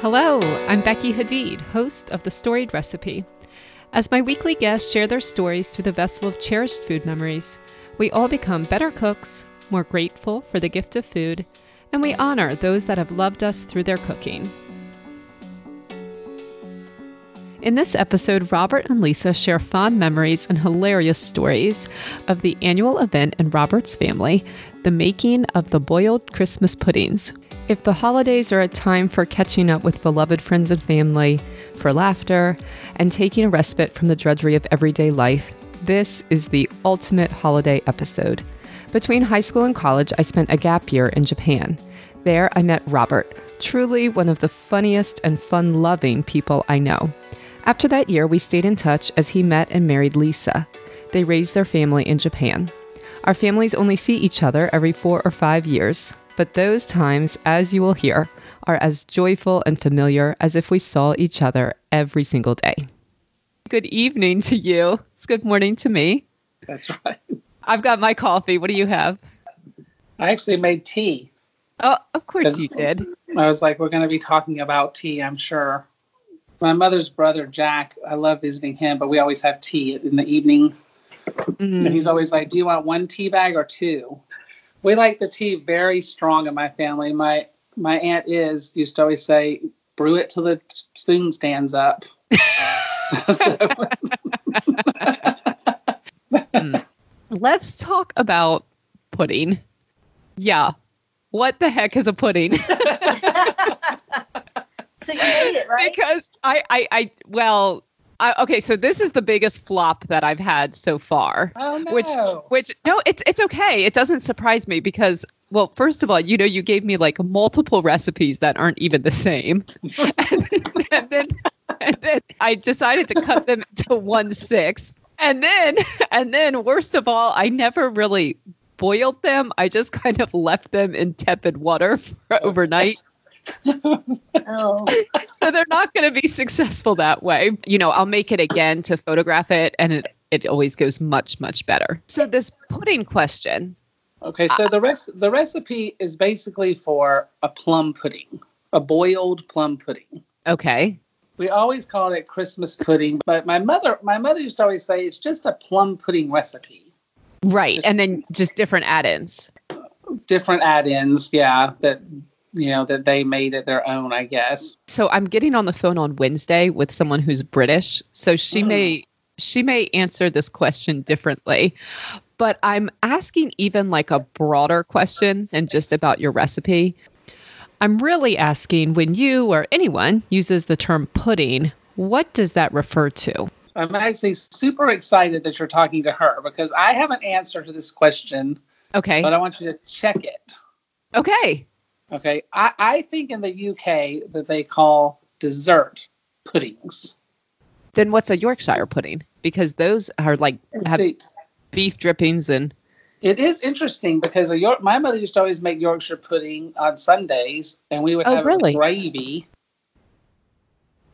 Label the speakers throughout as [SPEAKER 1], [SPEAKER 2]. [SPEAKER 1] Hello, I'm Becky Hadid, host of The Storied Recipe. As my weekly guests share their stories through the vessel of cherished food memories, we all become better cooks, more grateful for the gift of food, and we honor those that have loved us through their cooking. In this episode, Robert and Lisa share fond memories and hilarious stories of the annual event in Robert's family, the making of the boiled Christmas puddings. If the holidays are a time for catching up with beloved friends and family, for laughter, and taking a respite from the drudgery of everyday life, this is the ultimate holiday episode. Between high school and college, I spent a gap year in Japan. There, I met Robert, truly one of the funniest and fun loving people I know. After that year, we stayed in touch as he met and married Lisa. They raised their family in Japan. Our families only see each other every four or five years, but those times, as you will hear, are as joyful and familiar as if we saw each other every single day. Good evening to you. It's good morning to me.
[SPEAKER 2] That's right.
[SPEAKER 1] I've got my coffee. What do you have?
[SPEAKER 2] I actually made tea.
[SPEAKER 1] Oh, of course you did.
[SPEAKER 2] I was like, we're going to be talking about tea, I'm sure. My mother's brother, Jack, I love visiting him, but we always have tea in the evening. And
[SPEAKER 3] Mm-hmm.
[SPEAKER 2] he's always like, do you want one tea bag or two? We like the tea very strong in my family. My my aunt is used to always say, brew it till the spoon stands up. So,
[SPEAKER 1] Let's talk about pudding. Yeah. What the heck is a pudding?
[SPEAKER 3] so you made it, right?
[SPEAKER 1] because I, I, I, well, I, okay, so this is the biggest flop that I've had so far.
[SPEAKER 2] oh no.
[SPEAKER 1] Which- Which no, it's it's okay. It doesn't surprise me because well, first of all, you know, you gave me like multiple recipes that aren't even the same, and, then, and then and then I decided to cut them to one sixth, and then and then worst of all, I never really boiled them. I just kind of left them in tepid water for overnight
[SPEAKER 3] Oh,
[SPEAKER 1] so they're not going to be successful that way. You know, I'll make it again to photograph it, and it it always goes much much better. So this pudding question,
[SPEAKER 2] Okay, so the rest the recipe is basically for a plum pudding, a boiled plum pudding.
[SPEAKER 1] okay,
[SPEAKER 2] We always called it Christmas pudding, but my mother my mother used to always say it's just a plum pudding recipe.
[SPEAKER 1] right,
[SPEAKER 2] Just-
[SPEAKER 1] and then just different add-ins.
[SPEAKER 2] Different add-ins, yeah, that you know that they made it their own, I guess.
[SPEAKER 1] So I'm getting on the phone on Wednesday with someone who's British, so she
[SPEAKER 2] Mm.
[SPEAKER 1] may she may answer this question differently. But I'm asking even like a broader question than just about your recipe. I'm really asking when you or anyone uses the term pudding, what does that refer to?
[SPEAKER 2] I'm actually super excited that you're talking to her because I have an answer to this question,
[SPEAKER 1] Okay.
[SPEAKER 2] but I want you to check it.
[SPEAKER 1] Okay.
[SPEAKER 2] Okay. I, I think in the UK that they call dessert puddings.
[SPEAKER 1] Then what's a Yorkshire pudding? Because those are like have
[SPEAKER 2] See,
[SPEAKER 1] beef drippings and
[SPEAKER 2] It is interesting because a York, my mother used to always make Yorkshire pudding on Sundays, and we would
[SPEAKER 1] Oh,
[SPEAKER 2] have
[SPEAKER 1] really?
[SPEAKER 2] gravy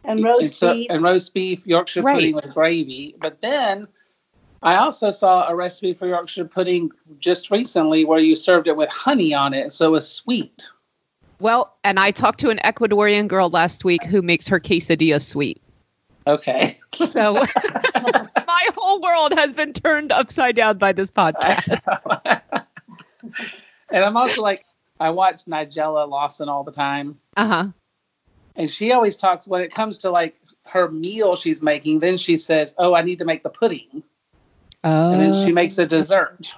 [SPEAKER 3] and roast
[SPEAKER 2] and, so-
[SPEAKER 3] beef.
[SPEAKER 2] and roast beef Yorkshire
[SPEAKER 1] Right.
[SPEAKER 2] pudding with gravy. But then I also saw a recipe for Yorkshire pudding just recently where you served it with honey on it, so it was sweet.
[SPEAKER 1] well, and I talked to an Ecuadorian girl last week who makes her quesadilla sweet.
[SPEAKER 2] Okay,
[SPEAKER 1] So my whole world has been turned upside down by this podcast.
[SPEAKER 2] and I'm also like I watch Nigella Lawson all the time,
[SPEAKER 1] Uh-huh.
[SPEAKER 2] and she always talks when it comes to like her meal she's making. Then she says, "Oh, I need to make the pudding,"
[SPEAKER 1] Oh,
[SPEAKER 2] and then she makes a dessert.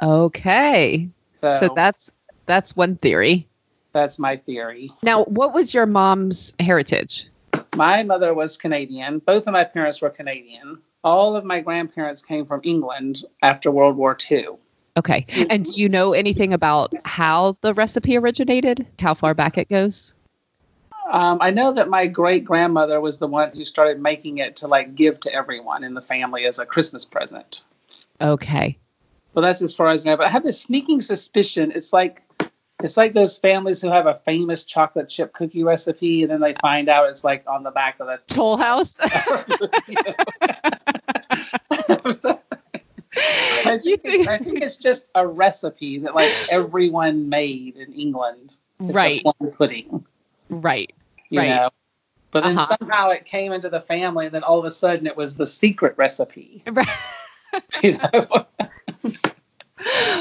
[SPEAKER 1] okay. So, that's that's one theory.
[SPEAKER 2] That's my theory.
[SPEAKER 1] Now, what was your mom's heritage?
[SPEAKER 2] My mother was Canadian. Both of my parents were Canadian. All of my grandparents came from England after World War II.
[SPEAKER 1] Okay. And do you know anything about how the recipe originated? How far back it goes?
[SPEAKER 2] Um, I know that my great grandmother was the one who started making it to like give to everyone in the family as a Christmas present.
[SPEAKER 1] Okay.
[SPEAKER 2] Well, that's as far as I know. But I have this sneaking suspicion it's like it's like those families who have a famous chocolate chip cookie recipe, and then they find out it's like on the back of the
[SPEAKER 1] Toll House.
[SPEAKER 2] I
[SPEAKER 1] You
[SPEAKER 2] think, it's, I think it's just a recipe that like everyone made in England. It's a
[SPEAKER 1] right.
[SPEAKER 2] plum pudding.
[SPEAKER 1] Right.
[SPEAKER 2] you
[SPEAKER 1] Right.
[SPEAKER 2] know. But then
[SPEAKER 1] Uh-huh.
[SPEAKER 2] somehow it came into the family, and then all of a sudden it was the secret recipe.
[SPEAKER 1] Right.
[SPEAKER 2] You know?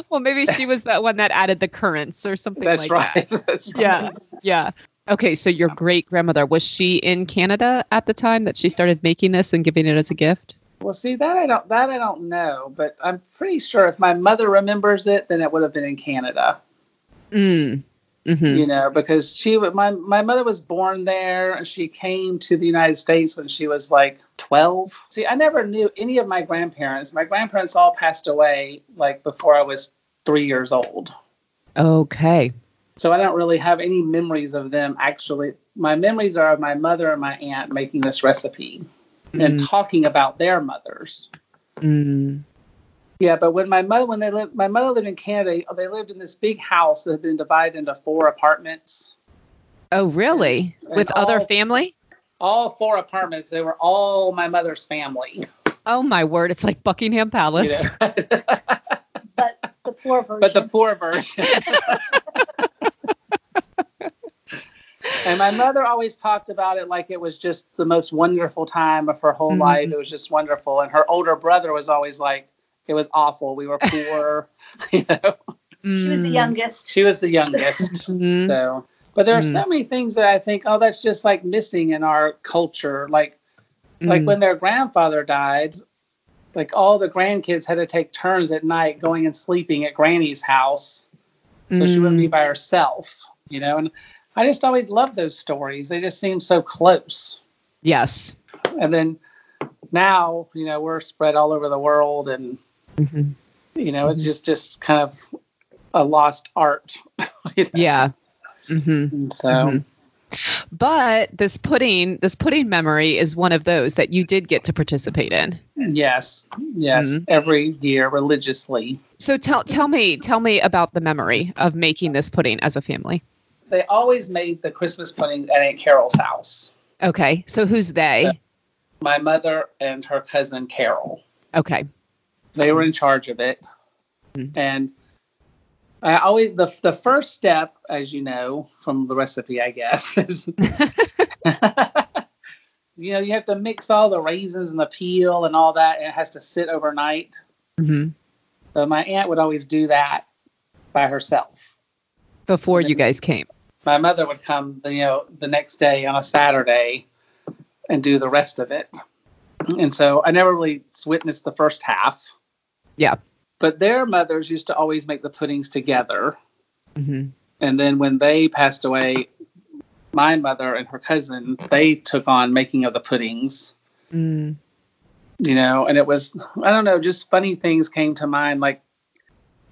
[SPEAKER 1] Well, maybe she was that one that added the currants or something
[SPEAKER 2] That's
[SPEAKER 1] like
[SPEAKER 2] right.
[SPEAKER 1] that.
[SPEAKER 2] That's right.
[SPEAKER 1] Yeah. Yeah. Okay, so your great grandmother was she in Canada at the time that she started making this and giving it as a gift?
[SPEAKER 2] Well, see that I don't that I don't know, but I'm pretty sure if my mother remembers it, then it would have been in Canada.
[SPEAKER 1] Mm. Mm-hmm.
[SPEAKER 2] you know, because she wa- my my mother was born there and she came to the United States when she was like 12. See, I never knew any of my grandparents. My grandparents all passed away like before I was 3 years old.
[SPEAKER 1] Okay.
[SPEAKER 2] So I don't really have any memories of them actually. My memories are of my mother and my aunt making this recipe and
[SPEAKER 1] Mm,
[SPEAKER 2] talking about their mothers.
[SPEAKER 1] mm.
[SPEAKER 2] Yeah, but when my mother when they lived my mother lived in Canada, they lived in this big house that had been divided into four apartments.
[SPEAKER 1] Oh, really?
[SPEAKER 2] And
[SPEAKER 1] With other
[SPEAKER 2] all-
[SPEAKER 1] family?
[SPEAKER 2] all four apartments they were all my mother's family
[SPEAKER 1] Oh my word! It's like Buckingham
[SPEAKER 2] you
[SPEAKER 1] Palace.
[SPEAKER 2] know?
[SPEAKER 3] but the poor version.
[SPEAKER 2] but the poor version and my mother always talked about it like it was just the most wonderful time of her whole
[SPEAKER 1] Mhm.
[SPEAKER 2] life it was just wonderful and her older brother was always like it was awful we were poor you know
[SPEAKER 3] she was the
[SPEAKER 1] Mm.
[SPEAKER 3] youngest.
[SPEAKER 2] she was the youngest
[SPEAKER 1] Mhm.
[SPEAKER 2] So, but there are
[SPEAKER 1] Mm.
[SPEAKER 2] so many things that I think, oh, that's just like missing in our culture. Like, like
[SPEAKER 1] Mm.
[SPEAKER 2] when their grandfather died, like all the grandkids had to take turns at night going and sleeping at Granny's house, so she wouldn't be
[SPEAKER 1] Mm.
[SPEAKER 2] by herself. You know, and I just always loved those stories. They just seem so close.
[SPEAKER 1] Mm-hmm. Yes.
[SPEAKER 2] And then now, you know, we're spread all over the world, and
[SPEAKER 1] Mhm.
[SPEAKER 2] you know, it's just just kind of a lost art. you know?
[SPEAKER 1] Yeah. hmm
[SPEAKER 2] And so.
[SPEAKER 1] Mhm. But this pudding, this pudding memory is one of those that you did get to participate in.
[SPEAKER 2] Yes, yes,
[SPEAKER 1] Mhm.
[SPEAKER 2] every year religiously.
[SPEAKER 1] So tell tell me tell me about the memory of making this pudding as a family.
[SPEAKER 2] They always made the Christmas pudding at Aunt Carol's house.
[SPEAKER 1] Okay. So who's they?
[SPEAKER 2] My mother and her cousin Carol.
[SPEAKER 1] Okay.
[SPEAKER 2] They were in charge of it.
[SPEAKER 1] Mhm.
[SPEAKER 2] And I always the the first step, as you know from the recipe, I guess, is you know, you have to mix all the raisins and the peel and all that, and it has to sit overnight.
[SPEAKER 1] hmm
[SPEAKER 2] So my aunt would always do that by herself.
[SPEAKER 1] Before you guys came.
[SPEAKER 2] my mother would come you know the next day on a saturday and do the rest of it and so i never really witnessed the first half
[SPEAKER 1] Yeah.
[SPEAKER 2] but their mothers used to always make the puddings together
[SPEAKER 1] hmm
[SPEAKER 2] and then when they passed away my mother and her cousin they took on making of the puddings
[SPEAKER 1] Mm.
[SPEAKER 2] you know and it was i don't know just funny things came to mind like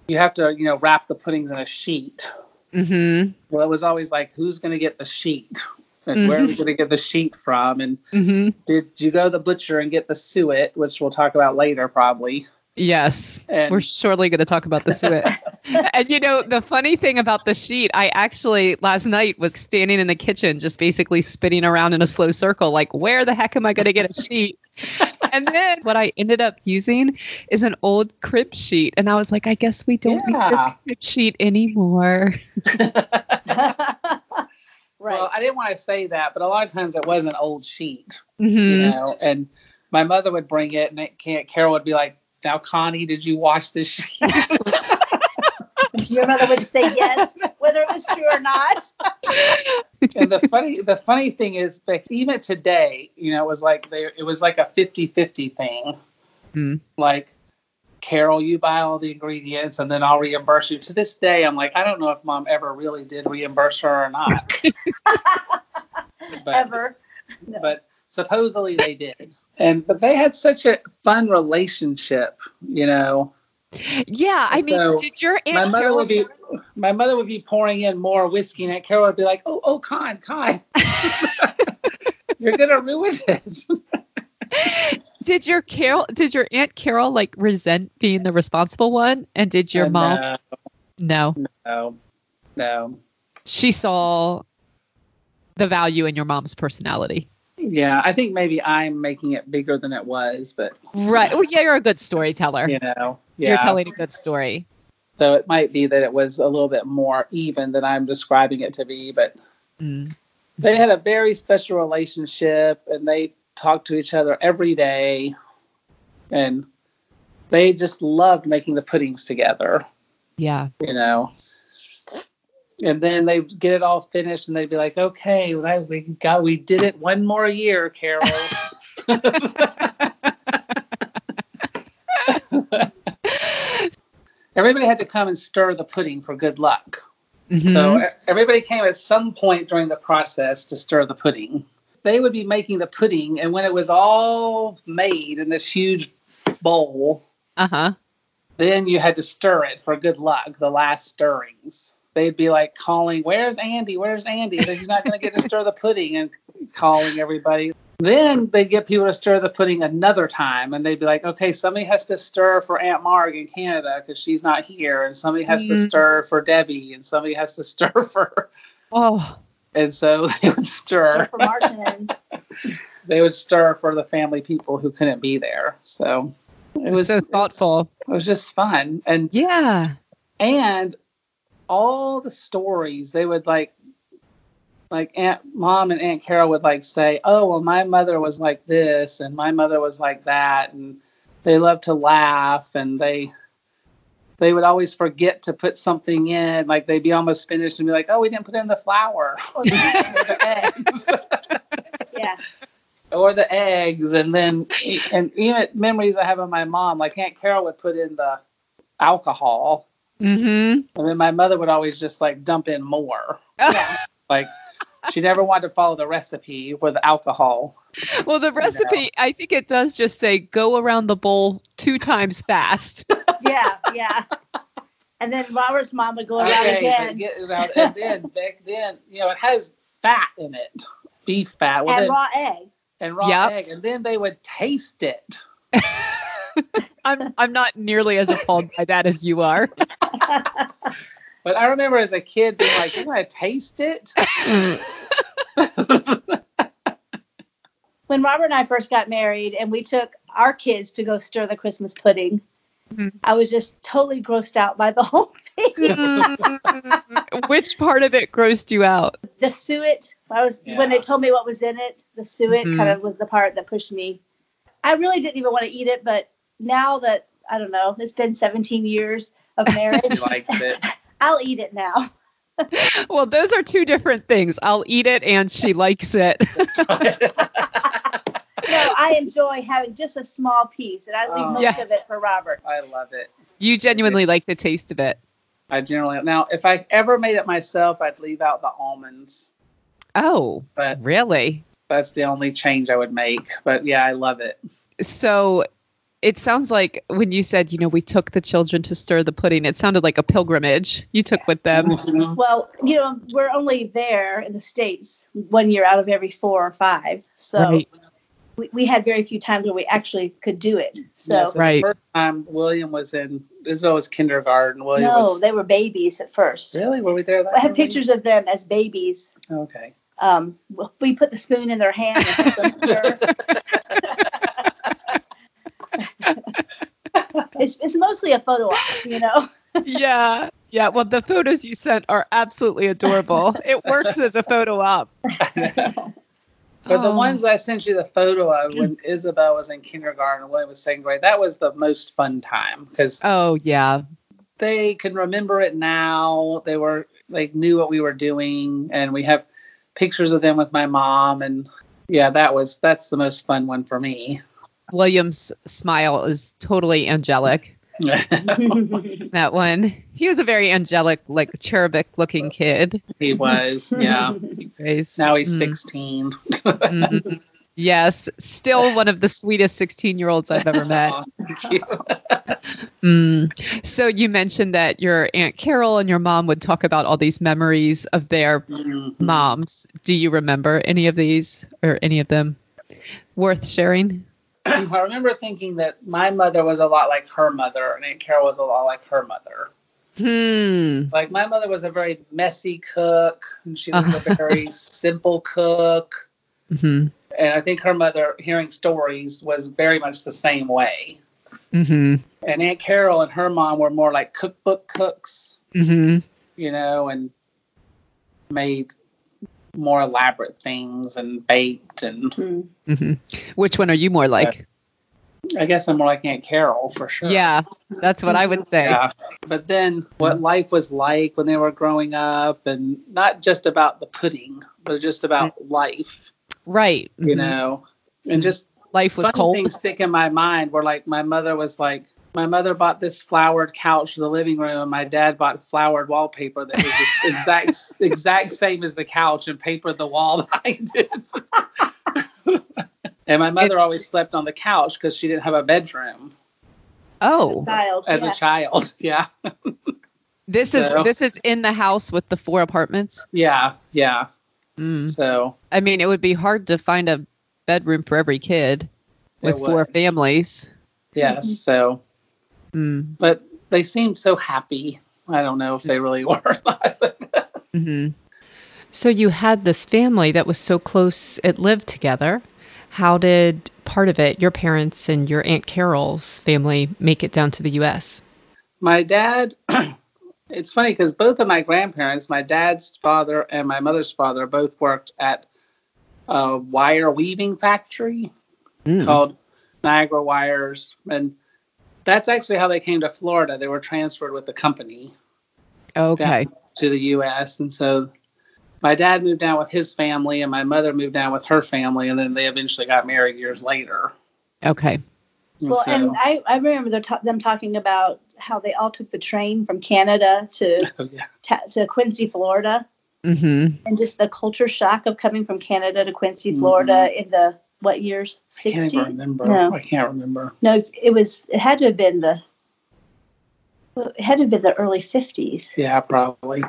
[SPEAKER 2] you have to you know wrap the puddings in a sheet
[SPEAKER 1] hmm
[SPEAKER 2] Well, it was always like, who's going to get the sheet? And where are we going to get the sheet from? And
[SPEAKER 1] hmm
[SPEAKER 2] did you go to the butcher and get the suet, which we'll talk about later probably?
[SPEAKER 1] Yes.
[SPEAKER 2] And
[SPEAKER 1] We're surely going to talk about the suet. and you know, the funny thing about the sheet, I actually last night was standing in the kitchen, just basically spinning around in a slow circle, like, where the heck am I going to get a sheet? and then what I ended up using is an old crib sheet. And I was like, I guess we don't need this
[SPEAKER 2] Yeah.
[SPEAKER 1] crib sheet anymore.
[SPEAKER 3] right.
[SPEAKER 2] well, I didn't want to say that, but a lot of times it was an old sheet, you
[SPEAKER 1] Mhm.
[SPEAKER 2] know. And my mother would bring it, and it can't, Carol would be like, now, Connie, did you wash this sheet?
[SPEAKER 3] Your mother would say yes, whether it was true or not.
[SPEAKER 2] and the funny, the funny thing is, like, even today, you know, it was like they, it was like a 50-50 thing.
[SPEAKER 1] Mm.
[SPEAKER 2] Like, Carol, you buy all the ingredients, and then I'll reimburse you. To this day, I'm like, I don't know if mom ever really did reimburse her or not. but,
[SPEAKER 3] Ever. No.
[SPEAKER 2] but supposedly they did. And but they had such a fun relationship, you know.
[SPEAKER 1] Yeah. I mean,
[SPEAKER 2] So,
[SPEAKER 1] did your
[SPEAKER 2] my
[SPEAKER 1] aunt
[SPEAKER 2] mother
[SPEAKER 1] Carol-
[SPEAKER 2] would be my mother would be pouring in more whiskey, and Aunt Carol would be like, "Oh, oh, con, con, you're gonna ruin this."
[SPEAKER 1] did your Carol did your aunt Carol like resent being the responsible one? And did your
[SPEAKER 2] And,
[SPEAKER 1] mom?
[SPEAKER 2] uh,
[SPEAKER 1] No.
[SPEAKER 2] No, no.
[SPEAKER 1] she saw the value in your mom's personality.
[SPEAKER 2] Yeah, I think maybe I'm making it bigger than it was, but
[SPEAKER 1] Right. Well, yeah, you're a good storyteller.
[SPEAKER 2] you know, yeah.
[SPEAKER 1] You're telling a good story.
[SPEAKER 2] So it might be that it was a little bit more even than I'm describing it to be, but
[SPEAKER 1] Mm.
[SPEAKER 2] They had a very special relationship and they talked to each other every day. And they just loved making the puddings together,
[SPEAKER 1] Yeah.
[SPEAKER 2] you know. And then they would get it all finished and they'd be like, okay, well, we got, we did it one more year, Carol. Everybody had to come and stir the pudding for good luck.
[SPEAKER 1] Mm-hmm.
[SPEAKER 2] So e- everybody came at some point during the process to stir the pudding. They would be making the pudding, and when it was all made in this huge bowl,
[SPEAKER 1] uh huh.
[SPEAKER 2] then you had to stir it for good luck, the last stirrings. They'd be like calling, Where's Andy? Where's Andy? But he's not going to get to stir the pudding and calling everybody. Then they get people to stir the pudding another time, and they'd be like, Okay, somebody has to stir for Aunt Marg in Canada because she's not here, and somebody has to
[SPEAKER 1] Mm.
[SPEAKER 2] stir for Debbie, and somebody has to stir for.
[SPEAKER 1] Oh,
[SPEAKER 2] And so they would stir.
[SPEAKER 3] For Martin.
[SPEAKER 2] They would stir for the family people who couldn't be there. So it was
[SPEAKER 1] so thoughtful.
[SPEAKER 2] It was just fun, and
[SPEAKER 1] Yeah.
[SPEAKER 2] and all the stories they would like like aunt mom and aunt carol would like say oh well my mother was like this and my mother was like that and they love to laugh and they they would always forget to put something in like they'd be almost finished and be like oh we didn't put in the flour or the eggs
[SPEAKER 3] Yeah.
[SPEAKER 2] or the eggs and then and even memories i have of my mom like aunt carol would put in the alcohol
[SPEAKER 1] Mm hmm.
[SPEAKER 2] and then my mother would always just like dump in more.
[SPEAKER 3] Yeah.
[SPEAKER 2] Like she never wanted to follow the recipe with alcohol.
[SPEAKER 1] Well, the recipe, I think it does just say go around the bowl two times fast.
[SPEAKER 3] Yeah. Yeah. And then Robert's mom would go around
[SPEAKER 2] but
[SPEAKER 3] again.
[SPEAKER 2] get it out. And then back then, you know, it has fat in it, beef fat, well,
[SPEAKER 3] and
[SPEAKER 2] then-
[SPEAKER 3] raw egg.
[SPEAKER 2] and raw
[SPEAKER 1] Yep.
[SPEAKER 2] egg. And then they would taste it.
[SPEAKER 1] I'm I'm not nearly as appalled by that as you are.
[SPEAKER 2] But I remember as a kid being like, "You're gonna taste it."
[SPEAKER 3] When Robert and I first got married and we took our kids to go stir the Christmas pudding,
[SPEAKER 2] Mm-hmm.
[SPEAKER 1] Mhm.
[SPEAKER 3] I was just totally grossed out by the whole thing.
[SPEAKER 1] Which part of it grossed you out?
[SPEAKER 3] the suet, I was when they
[SPEAKER 2] Yeah.
[SPEAKER 3] told me what was in it, the suet
[SPEAKER 1] Mhm.
[SPEAKER 3] kind of was the part that pushed me. I really didn't even want to eat it, but now that I don't know, it's been 17 years of
[SPEAKER 2] He
[SPEAKER 3] marriage,
[SPEAKER 2] likes it.
[SPEAKER 3] I'll eat it now.
[SPEAKER 1] Well, those are two different things. I'll eat it and she likes it.
[SPEAKER 3] No, I enjoy having just a small piece, and I leave
[SPEAKER 2] Oh.
[SPEAKER 3] most
[SPEAKER 1] Yeah.
[SPEAKER 3] of it for Robert.
[SPEAKER 2] I love it.
[SPEAKER 1] You genuinely like the taste of it.
[SPEAKER 2] I generally now, if I ever made it myself, I'd leave out the almonds,
[SPEAKER 1] Oh,
[SPEAKER 2] but
[SPEAKER 1] really?
[SPEAKER 2] that's the only change I would make. But yeah, I love it.
[SPEAKER 1] So it sounds like when you said, you know, we took the children to stir the pudding, it sounded like a pilgrimage you took with them.
[SPEAKER 2] Mhm.
[SPEAKER 3] Well, you know, we're only there in the states one year out of every four or five, so
[SPEAKER 1] Right.
[SPEAKER 3] we, we had very few times where we actually could do it. So
[SPEAKER 2] Yeah, so
[SPEAKER 1] Right.
[SPEAKER 2] The first time William was in Isabel was kindergarten. William
[SPEAKER 3] no,
[SPEAKER 2] was
[SPEAKER 3] they were babies at first.
[SPEAKER 2] really. Were we there? That
[SPEAKER 3] I had
[SPEAKER 2] early?
[SPEAKER 3] pictures of them as babies
[SPEAKER 2] Okay.
[SPEAKER 3] um, we put the spoon in their hand. And helped them stir. it's, it's mostly a photo op, you know.
[SPEAKER 1] yeah. Yeah. Well, the photos you sent are absolutely adorable. It works as a photo op.
[SPEAKER 2] But the
[SPEAKER 1] Oh.
[SPEAKER 2] ones that I sent you the photo of when Isabel was in kindergarten and William was second grade, that was the most fun time because
[SPEAKER 1] Oh, yeah.
[SPEAKER 2] they can remember it now. They were they knew what we were doing, and we have pictures of them with my mom. And yeah, that was that's the most fun one for me.
[SPEAKER 1] William's smile is totally angelic. That one. He was a very angelic, like cherubic looking kid.
[SPEAKER 2] he was yeah.
[SPEAKER 1] Grace.
[SPEAKER 2] Now he's
[SPEAKER 1] Mm.
[SPEAKER 2] sixteen.
[SPEAKER 1] Mhm. yes. Still one of the sweetest 16 year olds I've ever met.
[SPEAKER 2] Aw, thank you.
[SPEAKER 1] Mm. So you mentioned that your Aunt Carol and your mom would talk about all these memories of their
[SPEAKER 2] Mhm.
[SPEAKER 1] moms. Do you remember any of these or any of them worth sharing?
[SPEAKER 2] I remember thinking that my mother was a lot like her mother, and Aunt Carol was a lot like her mother.
[SPEAKER 1] Hmm.
[SPEAKER 2] Like my mother was a very messy cook, and she was
[SPEAKER 1] Uh-huh.
[SPEAKER 2] a very simple cook.
[SPEAKER 1] hmm
[SPEAKER 2] And I think her mother, hearing stories, was very much the same way.
[SPEAKER 1] hmm
[SPEAKER 2] And Aunt Carol and her mom were more like cookbook cooks,
[SPEAKER 1] hmm
[SPEAKER 2] you know, and made more elaborate things and baked and
[SPEAKER 3] Mm.
[SPEAKER 1] hmm Which one are you more like?
[SPEAKER 2] I guess I'm more like Aunt Carol for sure.
[SPEAKER 1] Yeah, that's what I would say.
[SPEAKER 2] Yeah. But then what life was like when they were growing up and not just about the pudding, but just about life,
[SPEAKER 1] Right.
[SPEAKER 2] you
[SPEAKER 1] Mhm.
[SPEAKER 2] know. And just
[SPEAKER 1] life was
[SPEAKER 2] funny
[SPEAKER 1] cold.
[SPEAKER 2] things stick in my mind where like my mother was like my mother bought this flowered couch for the living room and my dad bought flowered wallpaper that was just exact exact same as the couch and papered the wall that I did. and my mother always slept on the couch because she didn't have a bedroom
[SPEAKER 1] Oh,
[SPEAKER 3] Child.
[SPEAKER 2] as
[SPEAKER 3] yeah.
[SPEAKER 2] a child. Yeah.
[SPEAKER 1] this is
[SPEAKER 2] So-
[SPEAKER 1] this is in the house with the four apartments.
[SPEAKER 2] Yeah. Yeah.
[SPEAKER 1] Mm.
[SPEAKER 2] So
[SPEAKER 1] I mean, it would be hard to find a bedroom for every kid
[SPEAKER 2] it
[SPEAKER 1] with
[SPEAKER 2] was-
[SPEAKER 1] four families.
[SPEAKER 2] Yes. So
[SPEAKER 1] Mm.
[SPEAKER 2] but they seemed so happy. I don't know if they really were.
[SPEAKER 1] hmm So you had this family that was so close; it lived together. How did part of it, your parents and your aunt Carol's family, make it down to the U.S.?
[SPEAKER 2] my dad it's funny because both of my grandparents my dad's father and my mother's father both worked at a wire weaving factory
[SPEAKER 1] Mm.
[SPEAKER 2] called niagara wires and that's actually how they came to florida they were transferred with the company
[SPEAKER 1] Okay.
[SPEAKER 2] down to the us and so my dad moved down with his family and my mother moved down with her family and then they eventually got married years later
[SPEAKER 1] Okay.
[SPEAKER 2] And
[SPEAKER 3] Well,
[SPEAKER 2] so-
[SPEAKER 3] and I, I remember they're ta- them talking about how they all took the train from Canada to
[SPEAKER 2] Oh, yeah.
[SPEAKER 3] ta- to Quincy, Florida,
[SPEAKER 1] hmm
[SPEAKER 3] and just the culture shock of coming from Canada to Quincy, Florida
[SPEAKER 2] Mm-hmm.
[SPEAKER 3] in the what years?
[SPEAKER 2] I can't even
[SPEAKER 3] Sixteen?
[SPEAKER 2] remember.
[SPEAKER 3] No.
[SPEAKER 2] I can't remember.
[SPEAKER 3] No, it's- it was. It had to have been the. It had to have been the early fifties.
[SPEAKER 2] Yeah, probably.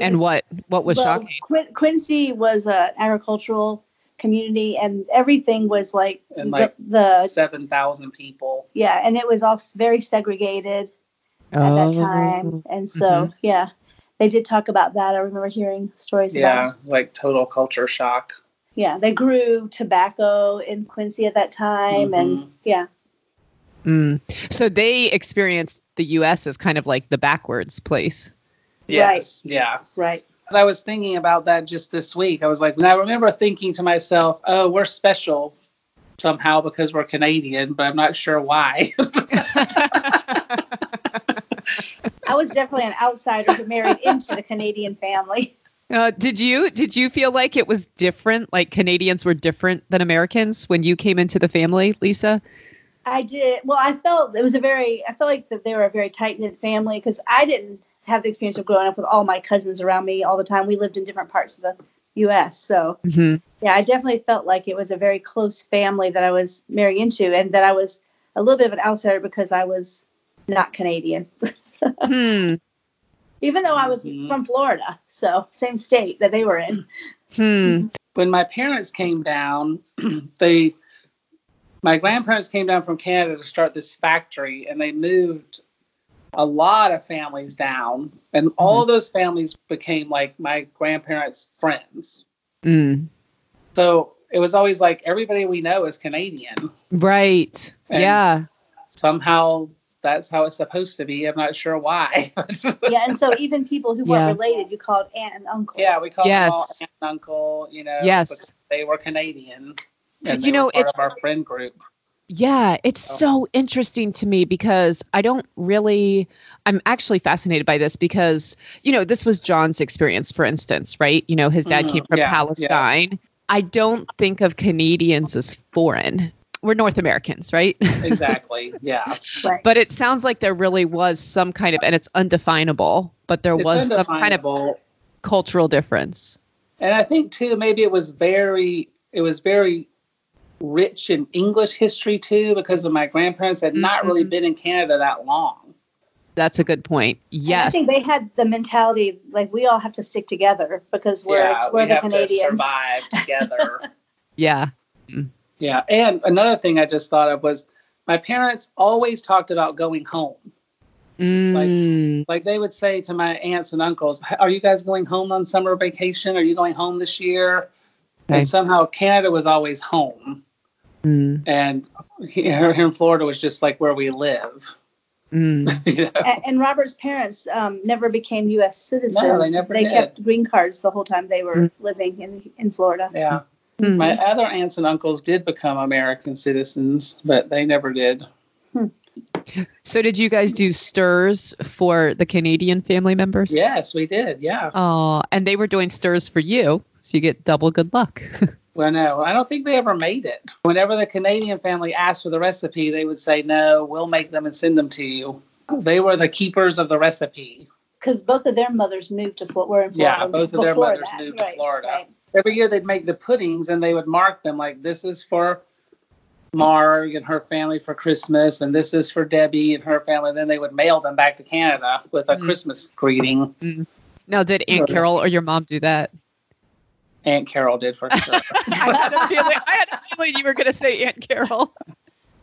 [SPEAKER 1] And what what was
[SPEAKER 3] well,
[SPEAKER 1] shocking?
[SPEAKER 3] Quin- Quincy was an agricultural community, and everything was like,
[SPEAKER 2] And like
[SPEAKER 3] the, the
[SPEAKER 2] seven thousand people.
[SPEAKER 3] yeah, and it was all s- very segregated at
[SPEAKER 1] Oh.
[SPEAKER 3] that time, and so
[SPEAKER 1] mhm.
[SPEAKER 3] yeah, they did talk about that. I remember hearing stories about
[SPEAKER 2] Yeah, like total culture shock.
[SPEAKER 3] yeah, they grew tobacco in Quincy at that time,
[SPEAKER 2] Mm-hmm.
[SPEAKER 3] and yeah,
[SPEAKER 1] Mm. So they experienced the U.S. as kind of like the backwards place.
[SPEAKER 2] Yes, yeah.
[SPEAKER 3] right,
[SPEAKER 2] 'Cause I was thinking about that just this week. I was like, and I remember thinking to myself, "Oh, we're special somehow because we're Canadian," but I'm not sure why.
[SPEAKER 3] I was definitely an outsider who married into the Canadian family.
[SPEAKER 1] Uh, did you did you feel like it was different? Like Canadians were different than Americans when you came into the family, Lisa?
[SPEAKER 3] I did. Well, I felt it was a very, I felt like that they were a very tight knit family because I didn't have the experience of growing up with all my cousins around me all the time. We lived in different parts of the U.S. So,
[SPEAKER 1] Mm-hmm.
[SPEAKER 3] yeah, I definitely felt like it was a very close family that I was marrying into and that I was a little bit of an outsider because I was not Canadian,
[SPEAKER 1] hmm.
[SPEAKER 3] even though I was
[SPEAKER 2] Mhm.
[SPEAKER 3] from Florida. So, same state that they were in.
[SPEAKER 1] Hmm.
[SPEAKER 2] when my parents came down, they my grandparents came down from Canada to start this factory and they moved a lot of families down and
[SPEAKER 1] Mm-hmm.
[SPEAKER 2] all those families became like my grandparents' friends.
[SPEAKER 1] Mm.
[SPEAKER 2] So it was always like everybody we know is Canadian.
[SPEAKER 1] Right.
[SPEAKER 2] And-
[SPEAKER 1] yeah.
[SPEAKER 2] Somehow that's how it's supposed to be. I'm not sure why.
[SPEAKER 3] Yeah. And so, even people who
[SPEAKER 1] Yeah.
[SPEAKER 3] weren't related, you called aunt and uncle.
[SPEAKER 2] yeah, we call them all
[SPEAKER 1] Yes.
[SPEAKER 2] aunt and uncle, you know,
[SPEAKER 1] Yes.
[SPEAKER 2] because they were Canadian. And
[SPEAKER 1] You
[SPEAKER 2] they were
[SPEAKER 1] know,
[SPEAKER 2] part
[SPEAKER 1] it's-
[SPEAKER 2] of our friend group.
[SPEAKER 1] Yeah, it's
[SPEAKER 2] Oh.
[SPEAKER 1] so interesting to me because I don't really I'm actually fascinated by this because you know, this was John's experience for instance, right? You know, his dad
[SPEAKER 2] Mhm.
[SPEAKER 1] came from
[SPEAKER 2] Yeah, yeah.
[SPEAKER 1] Palestine. I don't think of Canadians as foreign. We're North Americans, right?
[SPEAKER 2] Exactly. Yeah.
[SPEAKER 3] Right.
[SPEAKER 1] but it sounds like there really was some kind of and it's undefinable, but there
[SPEAKER 2] It's
[SPEAKER 1] was some kind of
[SPEAKER 2] undefinable.
[SPEAKER 1] cultural difference.
[SPEAKER 2] And I think too, maybe it was very, it was very rich in English history too, because of my grandparents had not really
[SPEAKER 1] Mhm.
[SPEAKER 2] been in Canada that long.
[SPEAKER 1] That's a good point.
[SPEAKER 3] And I
[SPEAKER 1] Yes.
[SPEAKER 3] think they had the mentality like we all have to stick together because we're
[SPEAKER 2] yeah,
[SPEAKER 3] we're
[SPEAKER 2] we
[SPEAKER 3] the
[SPEAKER 2] have to
[SPEAKER 3] Canadians.
[SPEAKER 2] survive together.
[SPEAKER 1] Yeah.
[SPEAKER 2] yeah, and another thing I just thought of was my parents always talked about going home.
[SPEAKER 1] Mm.
[SPEAKER 2] Like they would say to my aunts and uncles, "H- "Are you guys going home on summer vacation? Are you going home this year?"
[SPEAKER 1] Right.
[SPEAKER 2] And somehow Canada was always home,
[SPEAKER 1] Mm.
[SPEAKER 2] and here here in Florida was just like where we live.
[SPEAKER 1] Mm.
[SPEAKER 2] yeah.
[SPEAKER 3] and, and Robert's parents um, never became U.S. citizens.
[SPEAKER 2] No, they never did.
[SPEAKER 3] kept green cards the whole time they were
[SPEAKER 1] Mm.
[SPEAKER 3] living in in Florida.
[SPEAKER 2] yeah.
[SPEAKER 1] Mm.
[SPEAKER 2] My other aunts and uncles did become American citizens, but they never did.
[SPEAKER 1] So did you guys do stirs for the Canadian family members?
[SPEAKER 2] Yes, we did. Yeah.
[SPEAKER 1] Oh, and they were doing stirs for you, so you get double good luck.
[SPEAKER 2] Well, no, I don't think they ever made it. Whenever the Canadian family asked for the recipe, they would say, no, we'll make them and send them to you. They were the keepers of the recipe.
[SPEAKER 3] Because both of their mothers moved to Florida. Were in
[SPEAKER 2] Yeah,
[SPEAKER 3] Florida
[SPEAKER 2] both of their
[SPEAKER 3] before
[SPEAKER 2] mothers
[SPEAKER 3] that.
[SPEAKER 2] moved to
[SPEAKER 3] Right,
[SPEAKER 2] Florida.
[SPEAKER 3] right.
[SPEAKER 2] Every year they'd make the puddings and they would mark them like this is for Marg and her family for Christmas, and this is for Debbie and her family. Then they would mail them back to Canada with a
[SPEAKER 1] Mm.
[SPEAKER 2] Christmas greeting.
[SPEAKER 1] now, did Aunt
[SPEAKER 2] Sure.
[SPEAKER 1] Carol or your mom do that?
[SPEAKER 2] Aunt Carol did for sure.
[SPEAKER 1] I had a feeling. I had a feeling you were going to say Aunt Carol.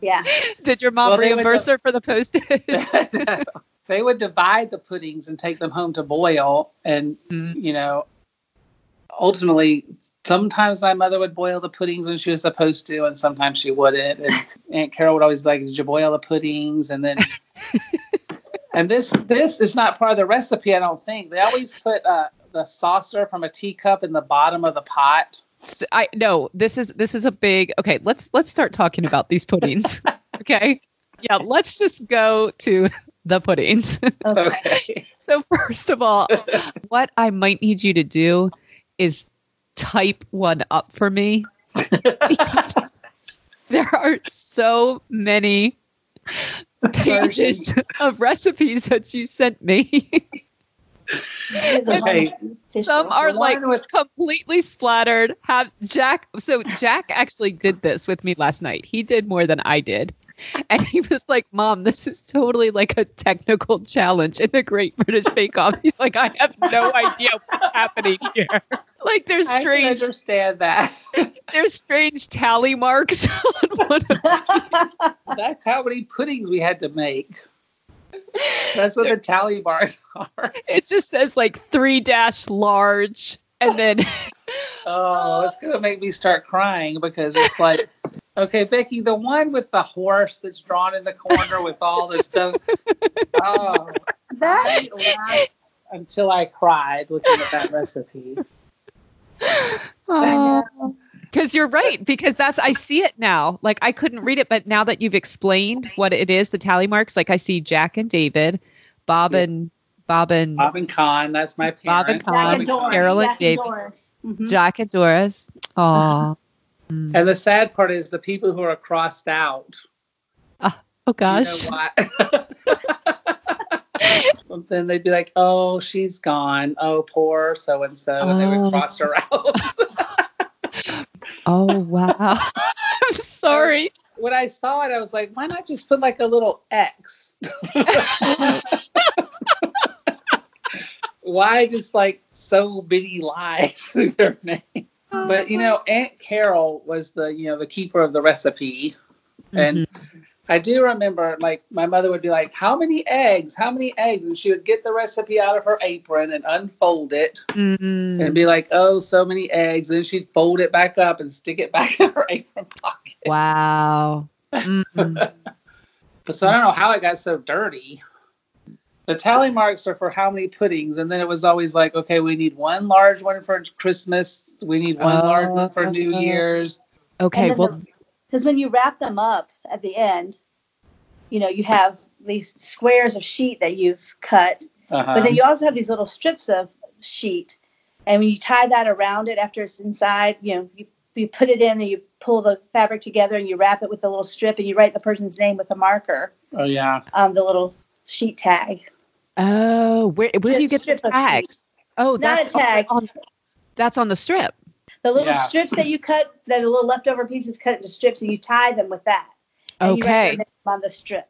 [SPEAKER 3] Yeah.
[SPEAKER 1] Did your mom
[SPEAKER 2] Well, they went
[SPEAKER 1] reimburse
[SPEAKER 2] to-
[SPEAKER 1] her for the postage?
[SPEAKER 2] they would divide the puddings and take them home to boil and
[SPEAKER 1] Mm.
[SPEAKER 2] you know ultimately sometimes my mother would boil the puddings when she was supposed to and sometimes she wouldn't and aunt carol would always be like did you boil the puddings and then and this this is not part of the recipe i don't think they always put uh, the saucer from a teacup in the bottom of the pot
[SPEAKER 1] S- I no, this is this is a big okay. Let's let's start talking about these puddings. okay, yeah, let's just go to the puddings.
[SPEAKER 3] Okay.
[SPEAKER 2] okay
[SPEAKER 1] so first of all, what I might need you to do is type one up for me. Because there are so many pages of recipes that you sent me.
[SPEAKER 3] They're the
[SPEAKER 2] Okay.
[SPEAKER 3] ones that
[SPEAKER 1] Some
[SPEAKER 3] fish
[SPEAKER 1] are
[SPEAKER 2] The
[SPEAKER 1] like
[SPEAKER 2] one with-
[SPEAKER 1] completely splattered. Have Jack. So Jack actually did this with me last night. He did more than I did. And he was like, Mom, this is totally like a technical challenge in the Great British Bake Off. He's like, I have no idea what's happening here. Like, there's
[SPEAKER 2] i can
[SPEAKER 1] strange,
[SPEAKER 2] understand that
[SPEAKER 1] there's strange tally marks on one of
[SPEAKER 2] That's how many puddings we had to make. That's what the tally bars are.
[SPEAKER 1] It just says like three dash large, and then
[SPEAKER 2] Oh, it's gonna make me start crying because it's like, okay, Becky, the one with the horse that's drawn in the corner with all the stuff. Oh,
[SPEAKER 3] That
[SPEAKER 2] I laughed until I cried looking at that recipe.
[SPEAKER 3] know.
[SPEAKER 1] Because you're right. Because that's I see it now. Like I couldn't read it, but now that you've explained what it is, the tally marks. Like I see Jack and David, Bob and Bob and
[SPEAKER 2] Bob and Con, that's my parent.
[SPEAKER 1] Bob and Con,
[SPEAKER 3] Jack
[SPEAKER 1] Um,
[SPEAKER 3] and Doris.
[SPEAKER 1] Carolyn
[SPEAKER 3] Jack and
[SPEAKER 1] Davis.
[SPEAKER 3] Doris. Mhm.
[SPEAKER 1] Jack and Doris. Aw. Mm.
[SPEAKER 2] And the sad part is the people who are crossed out.
[SPEAKER 1] Oh
[SPEAKER 2] Do you know
[SPEAKER 1] gosh.
[SPEAKER 2] why? then they'd be like, "Oh, she's gone. Oh, poor so and so," and they
[SPEAKER 1] Oh.
[SPEAKER 2] would cross her out.
[SPEAKER 1] Oh wow. I'm sorry.
[SPEAKER 2] when I saw it, I was like, "Why not just put like a little X? Why just like so many lies through their name?" But you know, Aunt Carol was the you know the keeper of the recipe. And I do remember, like, my mother would be like, How many eggs? How many eggs? And she would get the recipe out of her apron and unfold it
[SPEAKER 1] Mhm.
[SPEAKER 2] and be like, Oh, so many eggs. And then she'd fold it back up and stick it back in her apron pocket.
[SPEAKER 1] wow. Mhm.
[SPEAKER 2] But so I don't know how it got so dirty. The tally marks are for how many puddings. And then it was always like, Okay, we need one large one for Christmas. We need one large one
[SPEAKER 3] uh-huh.
[SPEAKER 2] for New
[SPEAKER 1] Oh.
[SPEAKER 2] Year's.
[SPEAKER 1] Okay.
[SPEAKER 3] then
[SPEAKER 1] Well,
[SPEAKER 3] because when you wrap them up at the end, you know you have these squares of sheet that you've cut, but
[SPEAKER 2] Uh-huh.
[SPEAKER 3] then you also have these little strips of sheet, and when you tie that around it after it's inside, you know you you put it in and you pull the fabric together and you wrap it with a little strip and you write the person's name with a marker
[SPEAKER 2] Oh, yeah.
[SPEAKER 3] on the little sheet tag.
[SPEAKER 1] oh, where where do you get the
[SPEAKER 3] Strip of sheet.
[SPEAKER 1] tags? Oh,
[SPEAKER 3] Not a
[SPEAKER 1] that's on-
[SPEAKER 3] tag.
[SPEAKER 1] On, that's on the strip.
[SPEAKER 3] The little
[SPEAKER 2] Yeah.
[SPEAKER 3] strips that you cut, that are little leftover pieces cut into strips, and you tie them with that. And You write
[SPEAKER 1] Okay.
[SPEAKER 3] their name on the strip.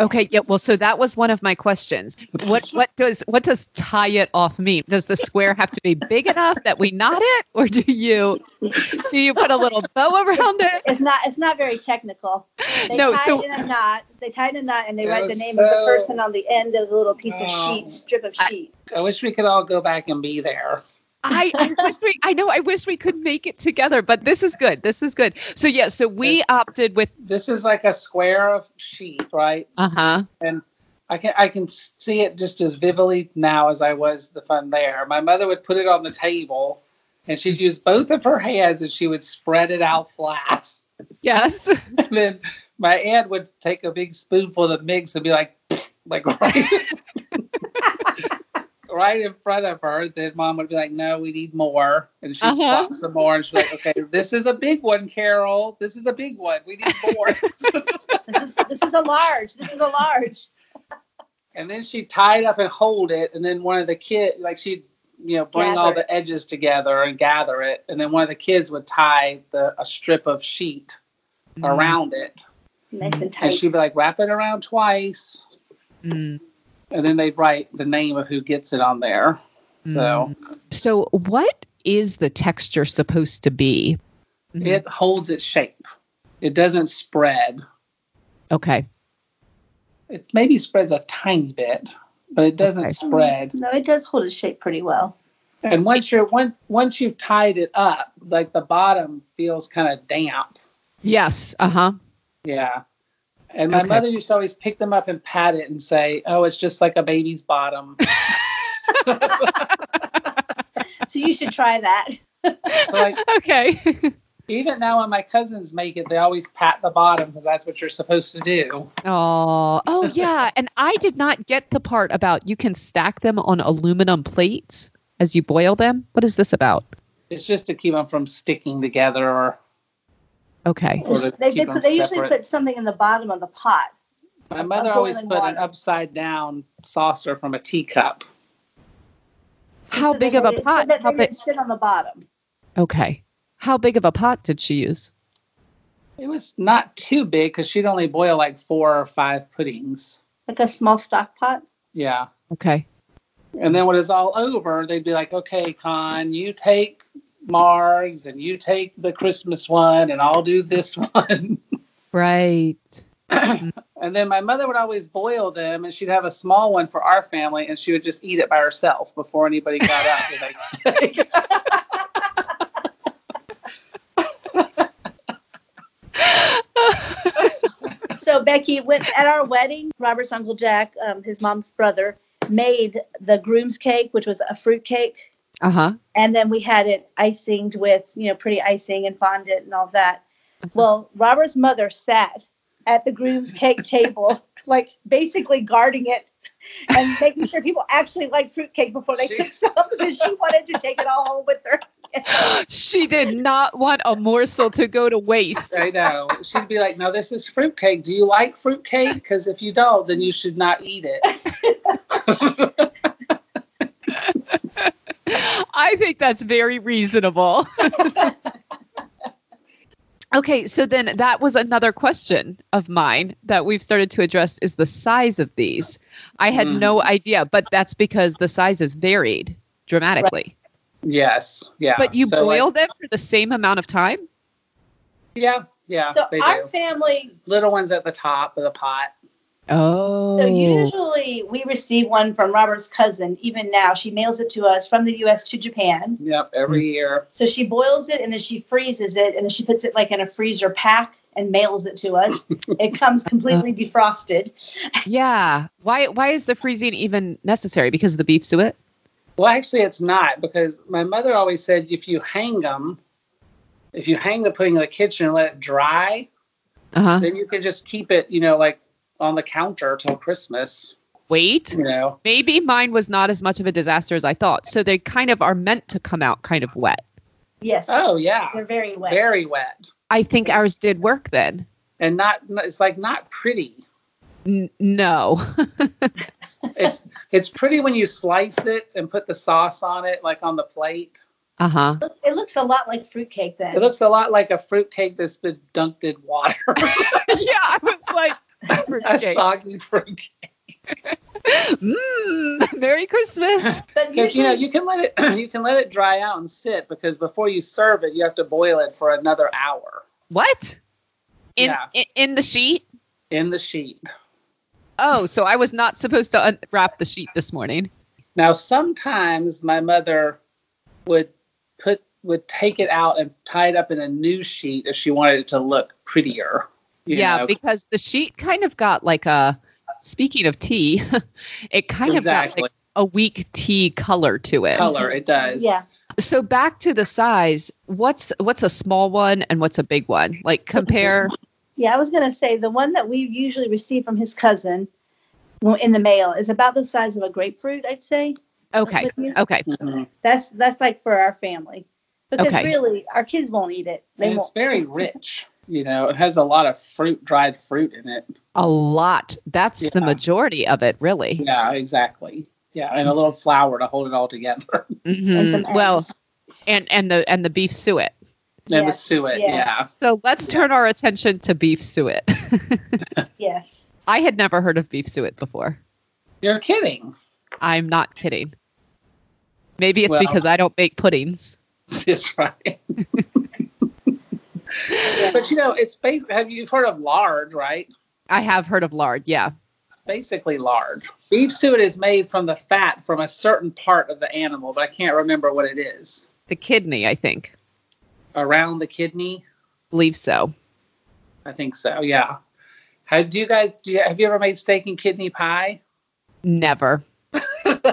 [SPEAKER 1] Okay, yeah, well, so that was one of my questions. What what does what does tie it off mean? Does the square have to be big enough that we knot it, or do you do you put a little bow around it?
[SPEAKER 3] It's not. It's not very technical. They
[SPEAKER 1] No,
[SPEAKER 3] tie
[SPEAKER 1] so-
[SPEAKER 3] it in a knot. They tie it in a knot, and they
[SPEAKER 2] It
[SPEAKER 3] write the
[SPEAKER 2] was
[SPEAKER 3] name of the
[SPEAKER 2] so-
[SPEAKER 3] person on the end of the little piece of
[SPEAKER 2] Oh.
[SPEAKER 3] sheet, strip of
[SPEAKER 1] I-
[SPEAKER 3] sheet.
[SPEAKER 2] I wish we could all go back and be there.
[SPEAKER 1] I, I wish we I know I wish we could make it together, but this is good. This is good. So yeah, so we opted with
[SPEAKER 2] This is like a square of sheet, right?
[SPEAKER 1] uh huh.
[SPEAKER 2] And I can I can see it just as vividly now as I was the fun there. My mother would put it on the table, and she'd use both of her hands and she would spread it out flat.
[SPEAKER 1] Yes.
[SPEAKER 2] And then my aunt would take a big spoonful of the mix and be like, like right, right in front of her. Then mom would be like, "No, we need more," and she would
[SPEAKER 1] Uh-huh.
[SPEAKER 2] plop some more. And she's like, "Okay, this is a big one, Carol. This is a big one. We need more."
[SPEAKER 3] This is this is a large. This is a large.
[SPEAKER 2] and then she'd tie it up and hold it. And then one of the kid, like she'd you know bring all
[SPEAKER 3] Gather
[SPEAKER 2] the edges together and gather it. And then one of the kids would tie the a strip of sheet around it,
[SPEAKER 3] Nice and Mm-hmm. tight.
[SPEAKER 2] and she'd be like, "Wrap it around twice."
[SPEAKER 1] Mm,
[SPEAKER 2] and then they write the name of who gets it on there.
[SPEAKER 1] mm.
[SPEAKER 2] So
[SPEAKER 1] So, what is the texture supposed to be? Mhm.
[SPEAKER 2] it holds its shape. It doesn't spread.
[SPEAKER 1] okay.
[SPEAKER 2] It maybe spreads a tiny bit, but it doesn't
[SPEAKER 1] Okay.
[SPEAKER 2] spread.
[SPEAKER 3] No, it does hold its shape pretty well.
[SPEAKER 2] And once you're once once you've tied it up, like the bottom feels kind of damp.
[SPEAKER 1] Yes. Uh huh.
[SPEAKER 2] Yeah. And my
[SPEAKER 1] Okay.
[SPEAKER 2] mother used to always pick them up and pat it and say, "Oh, it's just like a baby's bottom."
[SPEAKER 3] So you should try that.
[SPEAKER 2] so like
[SPEAKER 1] Okay.
[SPEAKER 2] even now when my cousins make it, they always pat the bottom because that's what you're supposed to do.
[SPEAKER 1] Oh, oh yeah. And I did not get the part about you can stack them on aluminum plates as you boil them. What is this about?
[SPEAKER 2] It's just to keep them from sticking together or
[SPEAKER 1] Okay.
[SPEAKER 2] Or to
[SPEAKER 3] they
[SPEAKER 2] keep
[SPEAKER 3] they,
[SPEAKER 2] them
[SPEAKER 3] put, they usually
[SPEAKER 2] separate.
[SPEAKER 3] put something in the bottom of the pot.
[SPEAKER 2] My
[SPEAKER 3] of
[SPEAKER 2] mother always
[SPEAKER 3] boiling
[SPEAKER 2] put an
[SPEAKER 3] water.
[SPEAKER 2] upside down saucer from a teacup.
[SPEAKER 1] How
[SPEAKER 3] so
[SPEAKER 1] big
[SPEAKER 3] that
[SPEAKER 1] of a
[SPEAKER 3] they- so
[SPEAKER 1] pot?
[SPEAKER 3] that
[SPEAKER 1] How
[SPEAKER 3] they
[SPEAKER 1] big?
[SPEAKER 3] didn't sit on the bottom.
[SPEAKER 1] Okay. How big of a pot did she use?
[SPEAKER 2] It was not too big because she'd only boil like four or five puddings.
[SPEAKER 3] Like a small stock pot.
[SPEAKER 2] Yeah.
[SPEAKER 1] Okay.
[SPEAKER 2] And then when it's all over, they'd be like, okay, Con, you take Margs and you take the Christmas one and I'll do this one.
[SPEAKER 1] Right.
[SPEAKER 2] and then my mother would always boil them and she'd have a small one for our family and she would just eat it by herself before anybody got up the next day.
[SPEAKER 3] So Becky went at our wedding. Robert's uncle Jack, um, his mom's brother, made the groom's cake, which was a fruit cake,
[SPEAKER 1] Uh huh.
[SPEAKER 3] and then we had it icinged with you know pretty icing and fondant and all that.
[SPEAKER 2] Mm-hmm.
[SPEAKER 3] Well, Robert's mother sat at the groom's cake table, like basically guarding it and making sure people actually liked fruitcake before they
[SPEAKER 2] She-
[SPEAKER 3] took some because she wanted to take it all home with her.
[SPEAKER 1] She did not want a morsel to go to waste.
[SPEAKER 2] I know. She'd be like, "No, this is fruitcake. Do you like fruitcake? Because if you don't, then you should not eat it."
[SPEAKER 1] I think that's very reasonable. okay, so then that was another question of mine that we've started to address is the size of these. I had
[SPEAKER 2] Mhm.
[SPEAKER 1] no idea, but that's because the sizes varied dramatically.
[SPEAKER 2] Yes. Yeah.
[SPEAKER 1] But you
[SPEAKER 2] So, like,
[SPEAKER 1] boil them for the same amount of time?
[SPEAKER 2] yeah. Yeah.
[SPEAKER 3] so
[SPEAKER 2] they
[SPEAKER 3] our
[SPEAKER 2] do.
[SPEAKER 3] family
[SPEAKER 2] Little ones at the top of the pot.
[SPEAKER 1] Oh.
[SPEAKER 3] So usually we receive one from Robert's cousin. Even now, she mails it to us from the U.S. to Japan.
[SPEAKER 2] Yep. Every year.
[SPEAKER 3] So she boils it and then she freezes it and then she puts it like in a freezer pack and mails it to us. it comes
[SPEAKER 2] Uh.
[SPEAKER 3] completely defrosted.
[SPEAKER 1] yeah. Why why is the freezing even necessary because of the beef suet?
[SPEAKER 2] Well, actually, it's not because my mother always said if you hang them, if you hang the pudding in the kitchen and let it dry,
[SPEAKER 1] Uh-huh.
[SPEAKER 2] then you can just keep it, you know, like on the counter till Christmas.
[SPEAKER 1] Wait.
[SPEAKER 2] You know.
[SPEAKER 1] Maybe mine was not as much of a disaster as I thought. So they kind of are meant to come out kind of wet.
[SPEAKER 3] Yes.
[SPEAKER 2] Oh yeah.
[SPEAKER 3] They're very wet.
[SPEAKER 2] Very wet
[SPEAKER 1] I think ours did work then.
[SPEAKER 2] and not. It's like not pretty.
[SPEAKER 1] N- no.
[SPEAKER 2] it's it's pretty when you slice it and put the sauce on it like on the plate
[SPEAKER 1] Uh huh.
[SPEAKER 3] Look- It looks a lot like fruitcake then.
[SPEAKER 2] it looks a lot like a fruitcake that's been dunked in water
[SPEAKER 1] yeah, I was like,
[SPEAKER 2] a
[SPEAKER 1] okay.
[SPEAKER 2] soggy fruitcake
[SPEAKER 1] Mm, Merry Christmas.
[SPEAKER 3] but
[SPEAKER 2] because you know
[SPEAKER 3] usually,
[SPEAKER 2] you can let it you can let it dry out and sit because before you serve it you have to boil it for another hour
[SPEAKER 1] what? In,
[SPEAKER 2] Yeah.
[SPEAKER 1] in in the sheet?
[SPEAKER 2] in the sheet
[SPEAKER 1] Oh, so I was not supposed to unwrap the sheet this morning.
[SPEAKER 2] now sometimes my mother would put would take it out and tie it up in a new sheet if she wanted it to look prettier you
[SPEAKER 1] yeah,
[SPEAKER 2] know.
[SPEAKER 1] because the sheet kind of got like a Speaking of tea, it kind of got
[SPEAKER 2] exactly.
[SPEAKER 1] like a weak tea color to it.
[SPEAKER 2] Color it does.
[SPEAKER 3] Yeah.
[SPEAKER 1] So back to the size, what's what's a small one and what's a big one? Like compare
[SPEAKER 3] Yeah, I was going to say the one that we usually receive from his cousin well, in the mail is about the size of a grapefruit, I'd say.
[SPEAKER 1] Okay.
[SPEAKER 3] Wouldn't you?
[SPEAKER 1] Okay.
[SPEAKER 2] Mhm.
[SPEAKER 3] That's that's like for our family. Because
[SPEAKER 1] Okay.
[SPEAKER 3] really, our kids won't eat it. They
[SPEAKER 2] And it's
[SPEAKER 3] won't.
[SPEAKER 2] very rich. You know, it has a lot of fruit, dried fruit in it.
[SPEAKER 1] A lot. That's the
[SPEAKER 2] Yeah.
[SPEAKER 1] majority of it, really.
[SPEAKER 2] Yeah, exactly. Yeah, and a little flour to hold it all together.
[SPEAKER 3] And
[SPEAKER 1] Mhm.
[SPEAKER 3] some
[SPEAKER 2] Mm,
[SPEAKER 1] Well,
[SPEAKER 3] eggs.
[SPEAKER 1] and and the and the beef suet.
[SPEAKER 2] and the
[SPEAKER 3] Yes,
[SPEAKER 2] suet. Yeah.
[SPEAKER 3] yes,
[SPEAKER 1] So let's
[SPEAKER 2] Yeah.
[SPEAKER 1] turn our attention to beef suet.
[SPEAKER 3] Yes.
[SPEAKER 1] I had never heard of beef suet before.
[SPEAKER 2] You're kidding.
[SPEAKER 1] I'm not kidding. Maybe it's
[SPEAKER 2] Well-
[SPEAKER 1] because I don't make puddings.
[SPEAKER 2] That's right. But you know, it's basically, have you heard of lard, right?
[SPEAKER 1] I have heard of lard, yeah.
[SPEAKER 2] basically lard. Beef suet is made from the fat from a certain part of the animal, but I can't remember what it is.
[SPEAKER 1] The kidney, I think.
[SPEAKER 2] Around the kidney,
[SPEAKER 1] Believe so.
[SPEAKER 2] I think so. Yeah. How do you guys? Do you, have you ever made steak and kidney pie?
[SPEAKER 1] Never.
[SPEAKER 3] That's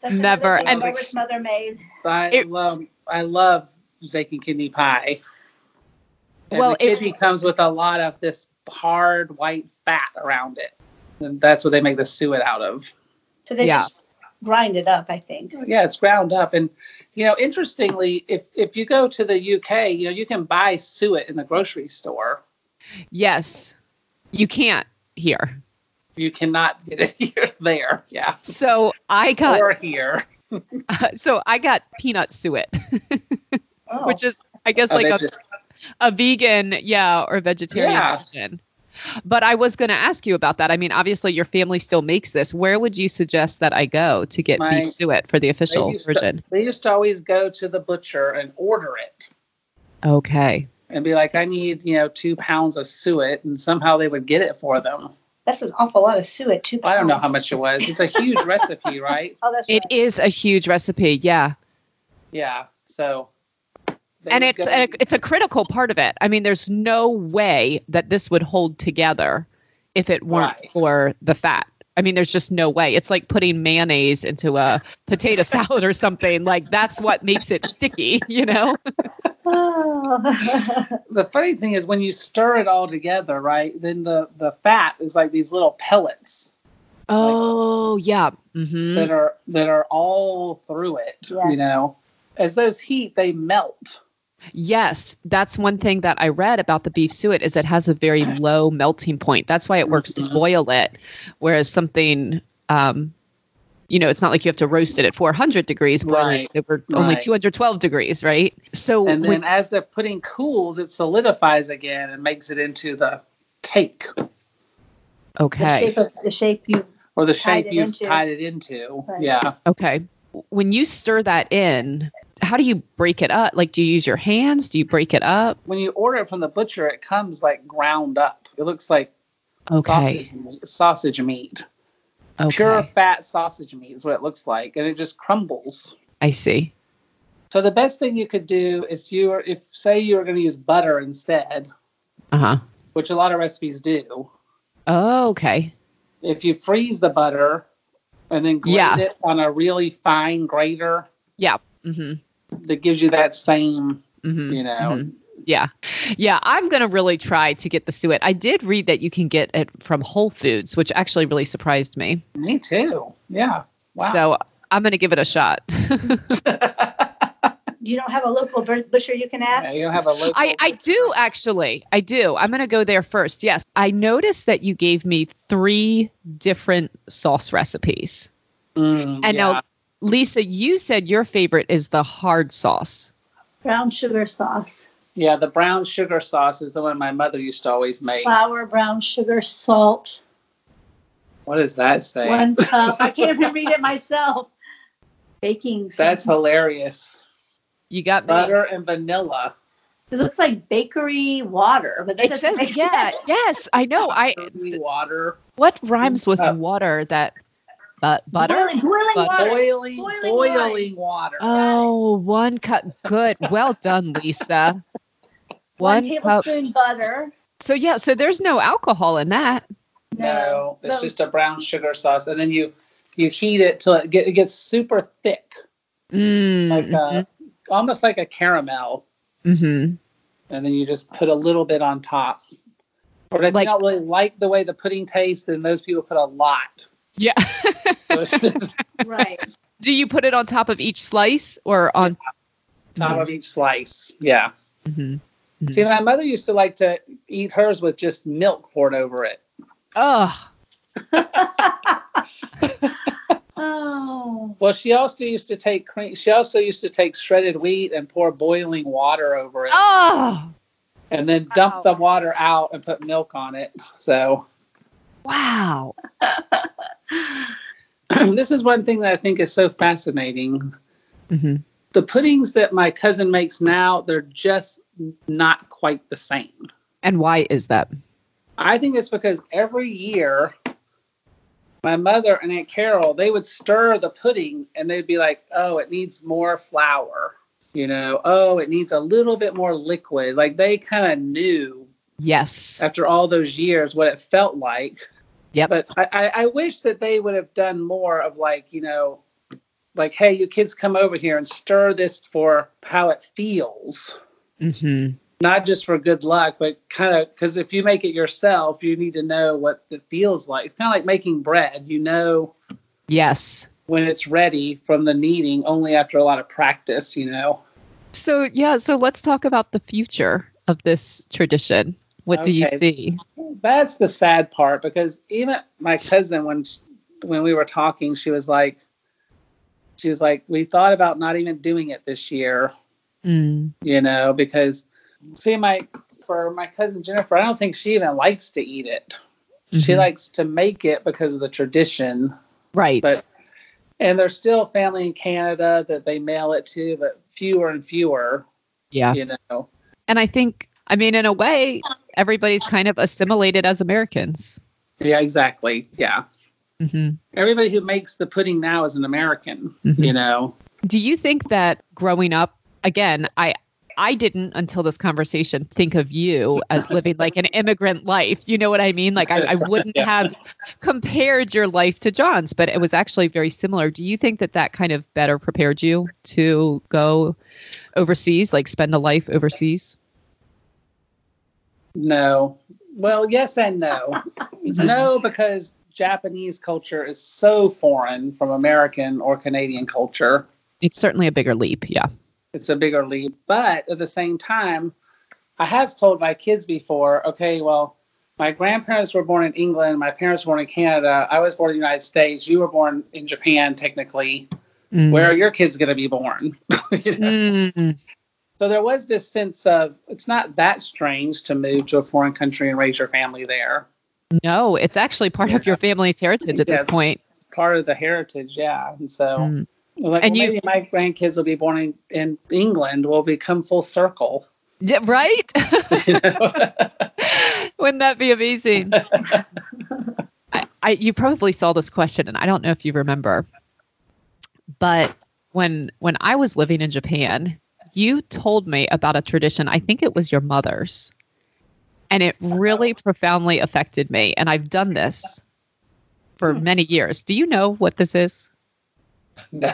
[SPEAKER 3] another
[SPEAKER 1] Never.
[SPEAKER 3] thing
[SPEAKER 1] And-
[SPEAKER 3] Robert's mother made.
[SPEAKER 2] I
[SPEAKER 1] It-
[SPEAKER 2] love I love steak and kidney pie.
[SPEAKER 1] Well,
[SPEAKER 2] And well,
[SPEAKER 1] it-
[SPEAKER 2] kidney comes with a lot of this hard white fat around it, and that's what they make the suet out of.
[SPEAKER 3] So they
[SPEAKER 1] Yeah.
[SPEAKER 3] just grind it up, I think.
[SPEAKER 2] Yeah, it's ground up. And you know, interestingly, if if you go to the UK, you know, you can buy suet in the grocery store.
[SPEAKER 1] Yes. You can't here.
[SPEAKER 2] You cannot get it here there. Yeah.
[SPEAKER 1] So I got
[SPEAKER 2] Or here.
[SPEAKER 1] so I got peanut suet,
[SPEAKER 3] Oh.
[SPEAKER 1] which is I guess
[SPEAKER 2] Oh,
[SPEAKER 1] like
[SPEAKER 2] that's
[SPEAKER 1] a,
[SPEAKER 2] it.
[SPEAKER 1] a vegan, yeah, or vegetarian
[SPEAKER 2] Yeah.
[SPEAKER 1] version. But I was going to ask you about that. I mean, obviously your family still makes this. Where would you suggest that I go to get
[SPEAKER 2] My-
[SPEAKER 1] beef suet for the official
[SPEAKER 2] used to-
[SPEAKER 1] version?
[SPEAKER 2] they used to always go to the butcher and order it
[SPEAKER 1] Okay.
[SPEAKER 2] and be like, I need, you know, two pounds of suet. And somehow they would get it for them.
[SPEAKER 3] That's an awful lot of suet, too.
[SPEAKER 2] I don't know how much it was. It's a huge recipe, right?
[SPEAKER 3] Oh, that's
[SPEAKER 1] It
[SPEAKER 3] right.
[SPEAKER 1] is a huge recipe, yeah.
[SPEAKER 2] Yeah. So. they
[SPEAKER 1] and it's
[SPEAKER 2] would go-
[SPEAKER 1] a, it's a critical part of it. I mean, there's no way that this would hold together if it weren't
[SPEAKER 2] Right.
[SPEAKER 1] for the fat. I mean, there's just no way. It's like putting mayonnaise into a potato salad or something. Like that's what makes it sticky, you know?
[SPEAKER 3] Oh.
[SPEAKER 2] the funny thing is when you stir it all together, right? Then the the fat is like these little pellets
[SPEAKER 1] Oh yeah. hmm
[SPEAKER 2] that are that are all through it. You
[SPEAKER 3] Mm-hmm. Yes.
[SPEAKER 2] know, as those heat, they melt.
[SPEAKER 1] Yes, that's one thing that I read about the beef suet is it has a very low melting point. That's why it works to
[SPEAKER 2] Mhm.
[SPEAKER 1] boil it, whereas something, um, you know, it's not like you have to roast it at 400 degrees, boil
[SPEAKER 2] Right,
[SPEAKER 1] it over only
[SPEAKER 2] right.
[SPEAKER 1] 212 degrees, right? So
[SPEAKER 2] And then
[SPEAKER 1] when-
[SPEAKER 2] as the pudding cools, it solidifies again and makes it into the cake
[SPEAKER 3] the,
[SPEAKER 1] okay,
[SPEAKER 3] shape of, the shape you've.
[SPEAKER 2] or the
[SPEAKER 3] Tied
[SPEAKER 2] shape
[SPEAKER 3] it
[SPEAKER 2] you've
[SPEAKER 3] into.
[SPEAKER 2] tied it into.
[SPEAKER 3] Right.
[SPEAKER 2] Yeah.
[SPEAKER 1] okay, when you stir that in, how do you break it up? Like, do you use your hands? Do you break it up?
[SPEAKER 2] When you order it from the butcher, it comes like ground up. It looks like
[SPEAKER 1] Okay,
[SPEAKER 2] sausage, sausage meat. Pure
[SPEAKER 1] okay,
[SPEAKER 2] fat sausage meat is what it looks like. And it just crumbles.
[SPEAKER 1] I see.
[SPEAKER 2] So the best thing you could do is you were, if say you were going to use butter instead,
[SPEAKER 1] Uh huh.
[SPEAKER 2] which a lot of recipes do.
[SPEAKER 1] Oh, okay.
[SPEAKER 2] If you freeze the butter and then grate
[SPEAKER 1] Yeah.
[SPEAKER 2] it on a really fine grater,
[SPEAKER 1] hmm
[SPEAKER 2] that gives you that same,
[SPEAKER 1] hmm
[SPEAKER 2] you know.
[SPEAKER 1] Mhm. Yeah. Yeah. I'm going to really try to get the suet. I did read that you can get it from Whole Foods, which actually really surprised me.
[SPEAKER 2] Me too. Yeah. Wow.
[SPEAKER 1] So I'm going to give it a shot.
[SPEAKER 3] You don't have a local bur- butcher you can
[SPEAKER 2] Yeah,
[SPEAKER 3] ask?
[SPEAKER 2] you have a local.
[SPEAKER 1] I, I do actually. I do. I'm going to go there first. Yes. I noticed that you gave me three different sauce recipes.
[SPEAKER 2] Mm,
[SPEAKER 1] And
[SPEAKER 2] yeah.
[SPEAKER 1] now, Lisa, you said your favorite is the hard sauce.
[SPEAKER 3] Brown sugar sauce.
[SPEAKER 2] yeah, the brown sugar sauce is the one my mother used to always make.
[SPEAKER 3] Flour, brown sugar, salt,
[SPEAKER 2] What does that say?
[SPEAKER 3] one cup. I can't even read it myself. Baking.
[SPEAKER 2] That's
[SPEAKER 3] something.
[SPEAKER 2] hilarious.
[SPEAKER 1] You got me.
[SPEAKER 2] Butter and vanilla.
[SPEAKER 3] It looks like bakery water, but that
[SPEAKER 1] It
[SPEAKER 3] doesn't make
[SPEAKER 1] says, yeah,
[SPEAKER 3] sense.
[SPEAKER 1] yes, I know. I
[SPEAKER 2] Dirty water.
[SPEAKER 1] what rhymes with
[SPEAKER 2] Uh,
[SPEAKER 1] water that but butter?
[SPEAKER 3] Boiling, boiling
[SPEAKER 1] Butter.
[SPEAKER 3] water.
[SPEAKER 2] Boiling,
[SPEAKER 3] Boiling
[SPEAKER 2] boiling, water.
[SPEAKER 1] Oh, one cup. Good. Well done, Lisa.
[SPEAKER 3] One,
[SPEAKER 1] One cup.
[SPEAKER 3] tablespoon butter.
[SPEAKER 1] So yeah, so there's no alcohol in that.
[SPEAKER 2] No, it's just a brown sugar sauce, and then you you heat it till it, get, it gets super thick,
[SPEAKER 1] Mm,
[SPEAKER 2] like uh almost like a caramel,
[SPEAKER 1] mhm.
[SPEAKER 2] and then you just put a little bit on top. But if
[SPEAKER 1] Like-
[SPEAKER 2] you don't really like the way the pudding tastes, then those people put a lot.
[SPEAKER 1] Yeah.
[SPEAKER 2] So it's just
[SPEAKER 3] right.
[SPEAKER 1] Do you put it on top of each slice or on?
[SPEAKER 2] top of each slice. Yeah.
[SPEAKER 1] Mhm.
[SPEAKER 2] See, my mother used to like to eat hers with just milk poured over it.
[SPEAKER 1] Ugh.
[SPEAKER 3] Oh.
[SPEAKER 2] Well, she also used to take cream. She also used to take shredded wheat and pour boiling water over it,
[SPEAKER 1] Oh.
[SPEAKER 2] and then dump
[SPEAKER 3] Wow.
[SPEAKER 2] the water out and put milk on it. So
[SPEAKER 1] Wow.
[SPEAKER 2] this is one thing that I think is so fascinating.
[SPEAKER 1] Mhm.
[SPEAKER 2] The puddings that my cousin makes now, they're just not quite the same.
[SPEAKER 1] And why is that?
[SPEAKER 2] I think it's because every year, my mother and Aunt Carol, they would stir the pudding and they'd be like, oh, it needs more flour. You know, oh, it needs a little bit more liquid. Like they kind of knew
[SPEAKER 1] Yes.
[SPEAKER 2] after all those years what it felt like.
[SPEAKER 1] Yep.
[SPEAKER 2] But I, I, I wish that they would have done more of like, you know, like, hey, you kids come over here and stir this for how it feels
[SPEAKER 1] hmm
[SPEAKER 2] not just for good luck, but kind of because if you make it yourself, you need to know what it feels like. It's kind of like making bread. You know
[SPEAKER 1] Yes.
[SPEAKER 2] when it's ready from the kneading only after a lot of practice, you know.
[SPEAKER 1] So yeah. So let's talk about the future of this tradition. What do you
[SPEAKER 2] Okay.
[SPEAKER 1] see?
[SPEAKER 2] That's the sad part because even my cousin, when sh when we were talking, she was like, she was like, we thought about not even doing it this year,
[SPEAKER 1] Mm.
[SPEAKER 2] you know, because see, my for my cousin Jennifer, I don't think she even likes to eat it. She
[SPEAKER 1] Mhm.
[SPEAKER 2] likes to make it because of the tradition.
[SPEAKER 1] Right.
[SPEAKER 2] but and there's still family in Canada that they mail it to, but fewer and fewer,
[SPEAKER 1] yeah.
[SPEAKER 2] you know.
[SPEAKER 1] And I think, I mean, in a way, everybody's kind of assimilated as Americans.
[SPEAKER 2] Yeah, exactly. Yeah. Mm-hmm.
[SPEAKER 1] hmm
[SPEAKER 2] Everybody who makes the pudding now is an American,
[SPEAKER 1] Mhm.
[SPEAKER 2] you know.
[SPEAKER 1] Do you think that growing up, again, I I didn't until this conversation think of you as living like an immigrant life. You know what I mean? Like I, I wouldn't
[SPEAKER 2] Yeah.
[SPEAKER 1] have compared your life to John's, but it was actually very similar. Do you think that that kind of better prepared you to go overseas, like spend a life overseas?
[SPEAKER 2] No. Well, yes and no. no, because Japanese culture is so foreign from American or Canadian culture.
[SPEAKER 1] It's certainly a bigger leap. Yeah.
[SPEAKER 2] It's a bigger leap. But at the same time, I have told my kids before, okay, well, my grandparents were born in England, my parents were born in Canada, I was born in the United States, you were born in Japan, technically.
[SPEAKER 1] Mm.
[SPEAKER 2] Where are your kids going to be born? You know?
[SPEAKER 1] Mm.
[SPEAKER 2] So there was this sense of it's not that strange to move to a foreign country and raise your family there.
[SPEAKER 1] No, it's actually part of your family's heritage at this
[SPEAKER 2] Yes.
[SPEAKER 1] point.
[SPEAKER 2] Part of the heritage, yeah. And so I
[SPEAKER 1] Mm.
[SPEAKER 2] was like,
[SPEAKER 1] And
[SPEAKER 2] well,
[SPEAKER 1] you-
[SPEAKER 2] maybe my grandkids will be born in, in England, will become full circle.
[SPEAKER 1] Yeah, right?
[SPEAKER 2] you know?
[SPEAKER 1] Wouldn't that be amazing? I, I, you probably saw this question, and I don't know if you remember, but when when I was living in Japan, you told me about a tradition. I think it was your mother's, and it really
[SPEAKER 2] Uh-huh.
[SPEAKER 1] profoundly affected me. And I've done this for
[SPEAKER 2] Hmm.
[SPEAKER 1] many years. Do you know what this is?
[SPEAKER 2] no.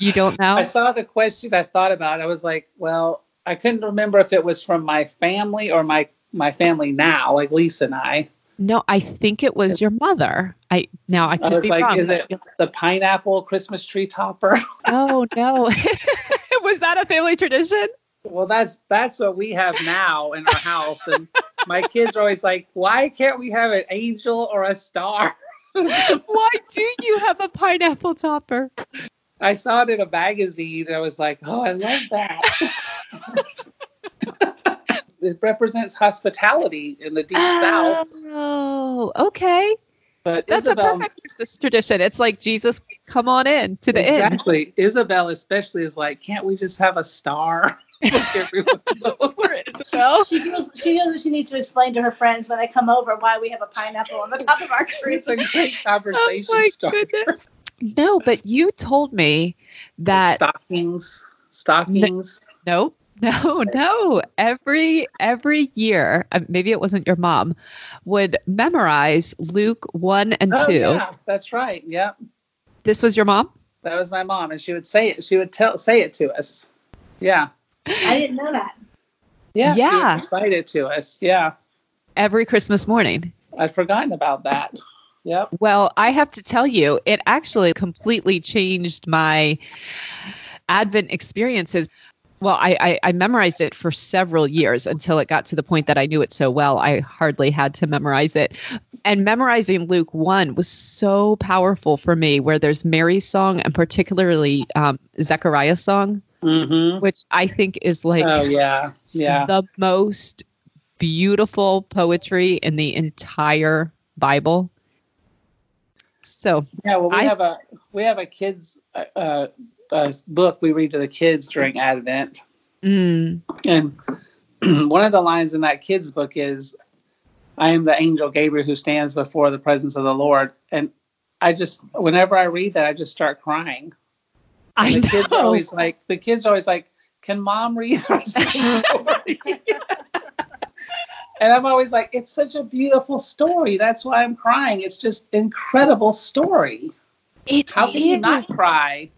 [SPEAKER 1] You don't know?
[SPEAKER 2] I saw the question. I thought about. It. I was like, well, I couldn't remember if it was from my family or my my family now, like Lisa and I.
[SPEAKER 1] no, I think it was your mother. I now I
[SPEAKER 2] I
[SPEAKER 1] could
[SPEAKER 2] was
[SPEAKER 1] be
[SPEAKER 2] like,
[SPEAKER 1] wrong.
[SPEAKER 2] is it the pineapple Christmas tree topper?
[SPEAKER 1] Oh no. was that a family tradition?
[SPEAKER 2] well, that's that's what we have now in our house, and my kids are always like, why can't we have an angel or a star?
[SPEAKER 1] Why do you have a pineapple topper?
[SPEAKER 2] I saw it in a magazine. And I was like, oh, I love that. it represents hospitality in the deep
[SPEAKER 1] Ah,
[SPEAKER 2] south.
[SPEAKER 1] Oh, okay.
[SPEAKER 2] But
[SPEAKER 1] That's
[SPEAKER 2] Isabel,
[SPEAKER 1] a perfect Christmas tradition. It's like Jesus, come on in to the inn.
[SPEAKER 2] exactly. Isabel especially is like, can't we just have a star? Like everyone-
[SPEAKER 1] Isabel.
[SPEAKER 3] She feels she feels that she needs to explain to her friends when I come over why we have a pineapple on the top of our tree.
[SPEAKER 2] it's a great
[SPEAKER 1] Oh
[SPEAKER 2] conversation
[SPEAKER 1] my
[SPEAKER 2] starter.
[SPEAKER 1] goodness. No, but you told me that
[SPEAKER 2] stockings, stockings.
[SPEAKER 1] no, No, no. Every every year, uh, maybe it wasn't your mom, would memorize Luke one and
[SPEAKER 2] Oh,
[SPEAKER 1] two.
[SPEAKER 2] yeah, that's right. Yeah,
[SPEAKER 1] This was your mom.
[SPEAKER 2] that was my mom, and she would say it. She would tell say it to us. Yeah,
[SPEAKER 3] I didn't know that.
[SPEAKER 2] yeah, she would
[SPEAKER 1] Yeah.
[SPEAKER 2] recite it to us. Yeah,
[SPEAKER 1] Every Christmas morning.
[SPEAKER 2] I'd forgotten about that. Yep.
[SPEAKER 1] Well, I have to tell you, it actually completely changed my Advent experiences. Well, I, I, I memorized it for several years until it got to the point that I knew it so well, I hardly had to memorize it. And memorizing Luke 1 was so powerful for me, where there's Mary's song and particularly um, Zechariah's song,
[SPEAKER 2] Mm-hmm.
[SPEAKER 1] which I think is like
[SPEAKER 2] Oh yeah, yeah.
[SPEAKER 1] the most beautiful poetry in the entire Bible. So
[SPEAKER 2] Yeah, well, we
[SPEAKER 1] I-
[SPEAKER 2] have a we have a kids uh, uh, uh, book we read to the kids during Advent,
[SPEAKER 1] Mm,
[SPEAKER 2] and one of the lines in that kids book is, "I am the angel Gabriel who stands before the presence of the Lord," and I just whenever I read that, I just start crying.
[SPEAKER 1] I
[SPEAKER 2] And the kids are
[SPEAKER 1] know.
[SPEAKER 2] always like the kids are always like, "Can mom read our story?" and I'm always like, "It's such a beautiful story. That's why I'm crying. It's just incredible story.
[SPEAKER 1] It
[SPEAKER 2] How can you
[SPEAKER 1] is.
[SPEAKER 2] not cry?"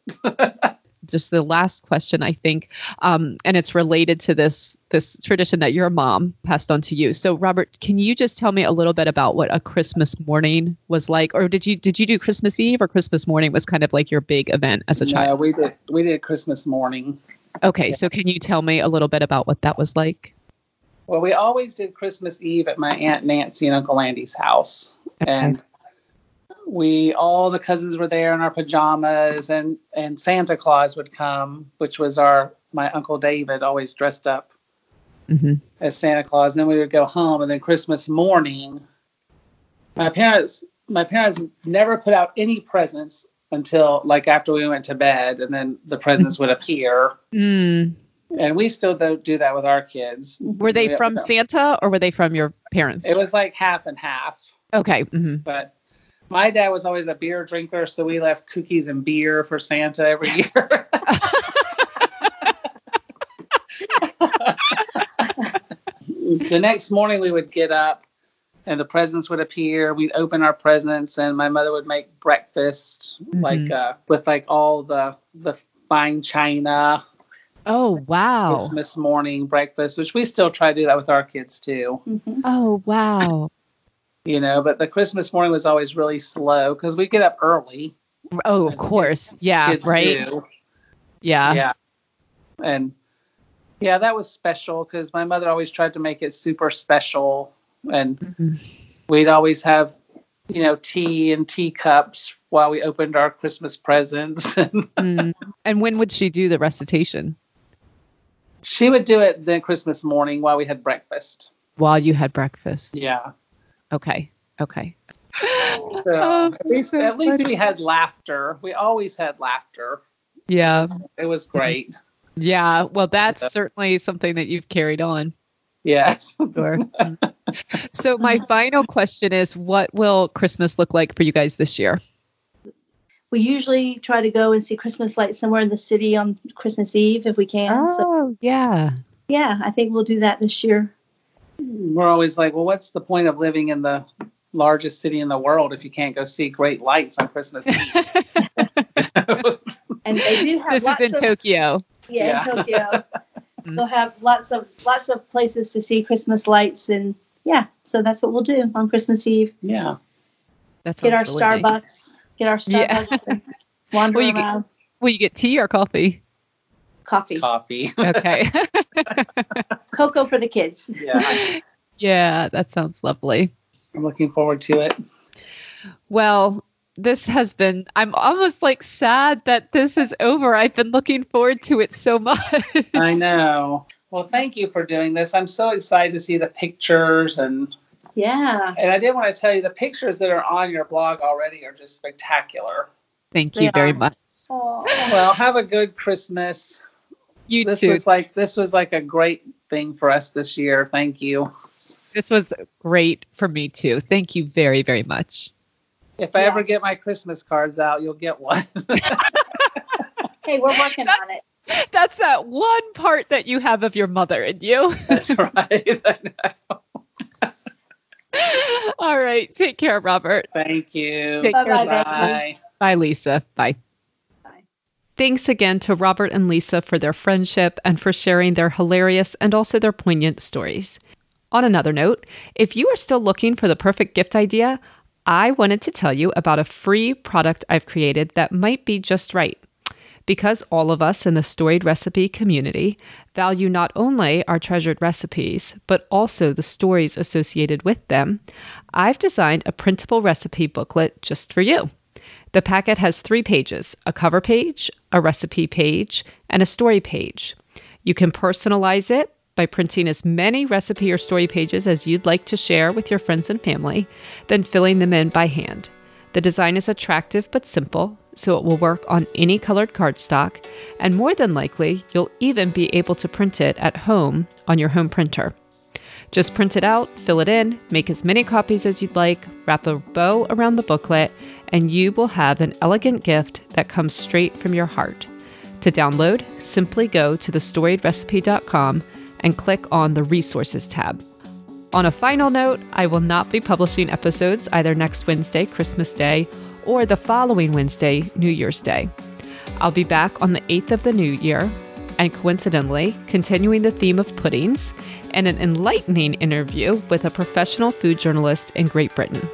[SPEAKER 1] Just the last question, I think, um, and it's related to this this tradition that your mom passed on to you. So, Robert, can you just tell me a little bit about what a Christmas morning was like, or did you did you do Christmas Eve or Christmas morning was kind of like your big event as a
[SPEAKER 2] No,
[SPEAKER 1] child?
[SPEAKER 2] we did we did Christmas morning.
[SPEAKER 1] Okay, so can you tell me a little bit about what that was like?
[SPEAKER 2] Well, we always did Christmas Eve at my aunt Nancy and Uncle Andy's house,
[SPEAKER 1] Okay.
[SPEAKER 2] and we all the cousins were there in our pajamas, and and Santa Claus would come, which was our my uncle David always dressed up
[SPEAKER 1] hmm
[SPEAKER 2] as Santa Claus, and then we would go home, and then Christmas morning, my parents my parents never put out any presents until like after we went to bed, and then the presents would appear,
[SPEAKER 1] Mm.
[SPEAKER 2] and we still do, do that with our kids.
[SPEAKER 1] Were they
[SPEAKER 2] Yeah,
[SPEAKER 1] from
[SPEAKER 2] no.
[SPEAKER 1] Santa or were they from your parents?
[SPEAKER 2] It was like half and half,
[SPEAKER 1] okay. hmm
[SPEAKER 2] but my dad was always a beer drinker, so we left cookies and beer for Santa every year. the next morning, we would get up and the presents would appear. We'd open our presents, and my mother would make breakfast, like uh, with like all the the fine china
[SPEAKER 1] Oh wow.
[SPEAKER 2] Christmas morning breakfast, which we still try to do that with our kids too.
[SPEAKER 3] Mhm.
[SPEAKER 1] Oh wow.
[SPEAKER 2] you know but the christmas morning was always really slow because we get up early
[SPEAKER 1] Oh, of course. Yeah.
[SPEAKER 2] kids
[SPEAKER 1] Right.
[SPEAKER 2] do.
[SPEAKER 1] Yeah.
[SPEAKER 2] yeah and yeah that was special because my mother always tried to make it super special and
[SPEAKER 1] Mhm.
[SPEAKER 2] we'd always have you know tea and teacups while we opened our christmas presents and
[SPEAKER 1] Mm. And when would she do the recitation?
[SPEAKER 2] she would do it then christmas morning while we had breakfast
[SPEAKER 1] While you had breakfast.
[SPEAKER 2] yeah
[SPEAKER 1] Okay. Okay.
[SPEAKER 2] so
[SPEAKER 1] Oh,
[SPEAKER 2] at least,
[SPEAKER 1] so
[SPEAKER 2] at least
[SPEAKER 1] funny.
[SPEAKER 2] we had laughter we always had laughter
[SPEAKER 1] Yeah.
[SPEAKER 2] it was great
[SPEAKER 1] Yeah. Well, that's
[SPEAKER 2] Yeah.
[SPEAKER 1] certainly something that you've carried on.
[SPEAKER 2] yes
[SPEAKER 1] Sure. Mm. so my final question is what will Christmas look like for you guys this year?
[SPEAKER 3] We usually try to go and see Christmas lights somewhere in the city on Christmas Eve if we can.
[SPEAKER 1] Oh.
[SPEAKER 3] So
[SPEAKER 1] yeah.
[SPEAKER 3] yeah, I think we'll do that this year.
[SPEAKER 2] we're always like, well, what's the point of living in the largest city in the world if you can't go see great lights on Christmas Eve?
[SPEAKER 3] And they do have
[SPEAKER 1] This is
[SPEAKER 3] lots
[SPEAKER 1] in
[SPEAKER 3] of,
[SPEAKER 1] Tokyo.
[SPEAKER 3] yeah, in Tokyo.
[SPEAKER 1] Mm.
[SPEAKER 3] They'll have lots of lots of places to see Christmas lights and yeah, so that's what we'll do on Christmas Eve.
[SPEAKER 2] yeah.
[SPEAKER 1] That's
[SPEAKER 3] Get our Starbucks. Get our
[SPEAKER 1] Yeah.
[SPEAKER 3] Starbucks and wander
[SPEAKER 1] Well, you get-
[SPEAKER 3] around.
[SPEAKER 1] Will you get tea or coffee?
[SPEAKER 3] Coffee.
[SPEAKER 2] Coffee.
[SPEAKER 1] Okay.
[SPEAKER 3] Cocoa for the kids.
[SPEAKER 2] Yeah.
[SPEAKER 1] yeah, that sounds lovely.
[SPEAKER 2] I'm looking forward to it.
[SPEAKER 1] Well, this has been, I'm almost like sad that this is over. I've been looking forward to it so much.
[SPEAKER 2] I know. Well, thank you for doing this. I'm so excited to see the pictures and
[SPEAKER 3] Yeah.
[SPEAKER 2] and I did want to tell you the pictures that are on your blog already are just spectacular.
[SPEAKER 1] Thank
[SPEAKER 3] They
[SPEAKER 1] you very
[SPEAKER 3] are.
[SPEAKER 1] much.
[SPEAKER 3] Oh.
[SPEAKER 2] Well, have a good Christmas.
[SPEAKER 1] You
[SPEAKER 2] This
[SPEAKER 1] too.
[SPEAKER 2] was like this was like a great thing for us this year. Thank you.
[SPEAKER 1] this was great for me too. Thank you very, very much.
[SPEAKER 2] If I
[SPEAKER 3] Yeah.
[SPEAKER 2] ever get my Christmas cards out, you'll get one.
[SPEAKER 3] Hey, we're working on it.
[SPEAKER 1] That's that that one part that you have of your mother in you.
[SPEAKER 2] That's right.
[SPEAKER 1] All right. Take care, Robert.
[SPEAKER 2] Thank you.
[SPEAKER 1] Take
[SPEAKER 3] care,
[SPEAKER 2] Bye. Bye.
[SPEAKER 1] Bye, Lisa. Bye.
[SPEAKER 3] Bye.
[SPEAKER 1] Thanks again to Robert and Lisa for their friendship and for sharing their hilarious and also their poignant stories. On another note, if you are still looking for the perfect gift idea, I wanted to tell you about a free product I've created that might be just right. Because all of us in the storied recipe community value not only our treasured recipes, but also the stories associated with them, I've designed a printable recipe booklet just for you. The packet has three pages a cover page, a recipe page, and a story page. You can personalize it by printing as many recipe or story pages as you'd like to share with your friends and family, then filling them in by hand. The design is attractive but simple, so it will work on any colored cardstock, and more than likely, you'll even be able to print it at home on your home printer. Just print it out, fill it in, make as many copies as you'd like, wrap a bow around the booklet, and you will have an elegant gift that comes straight from your heart. To download, simply go to thestoriedrecipe.com and click on the Resources tab. On a final note, I will not be publishing episodes either next Wednesday, Christmas Day, or the following Wednesday, New Year's Day. I'll be back on the 8th of the new year, and coincidentally, continuing the theme of puddings and an enlightening interview with a professional food journalist in Great Britain.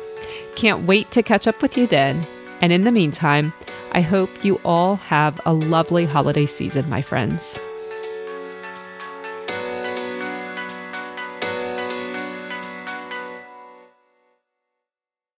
[SPEAKER 1] Can't wait to catch up with you then. And in the meantime, I hope you all have a lovely holiday season, my friends.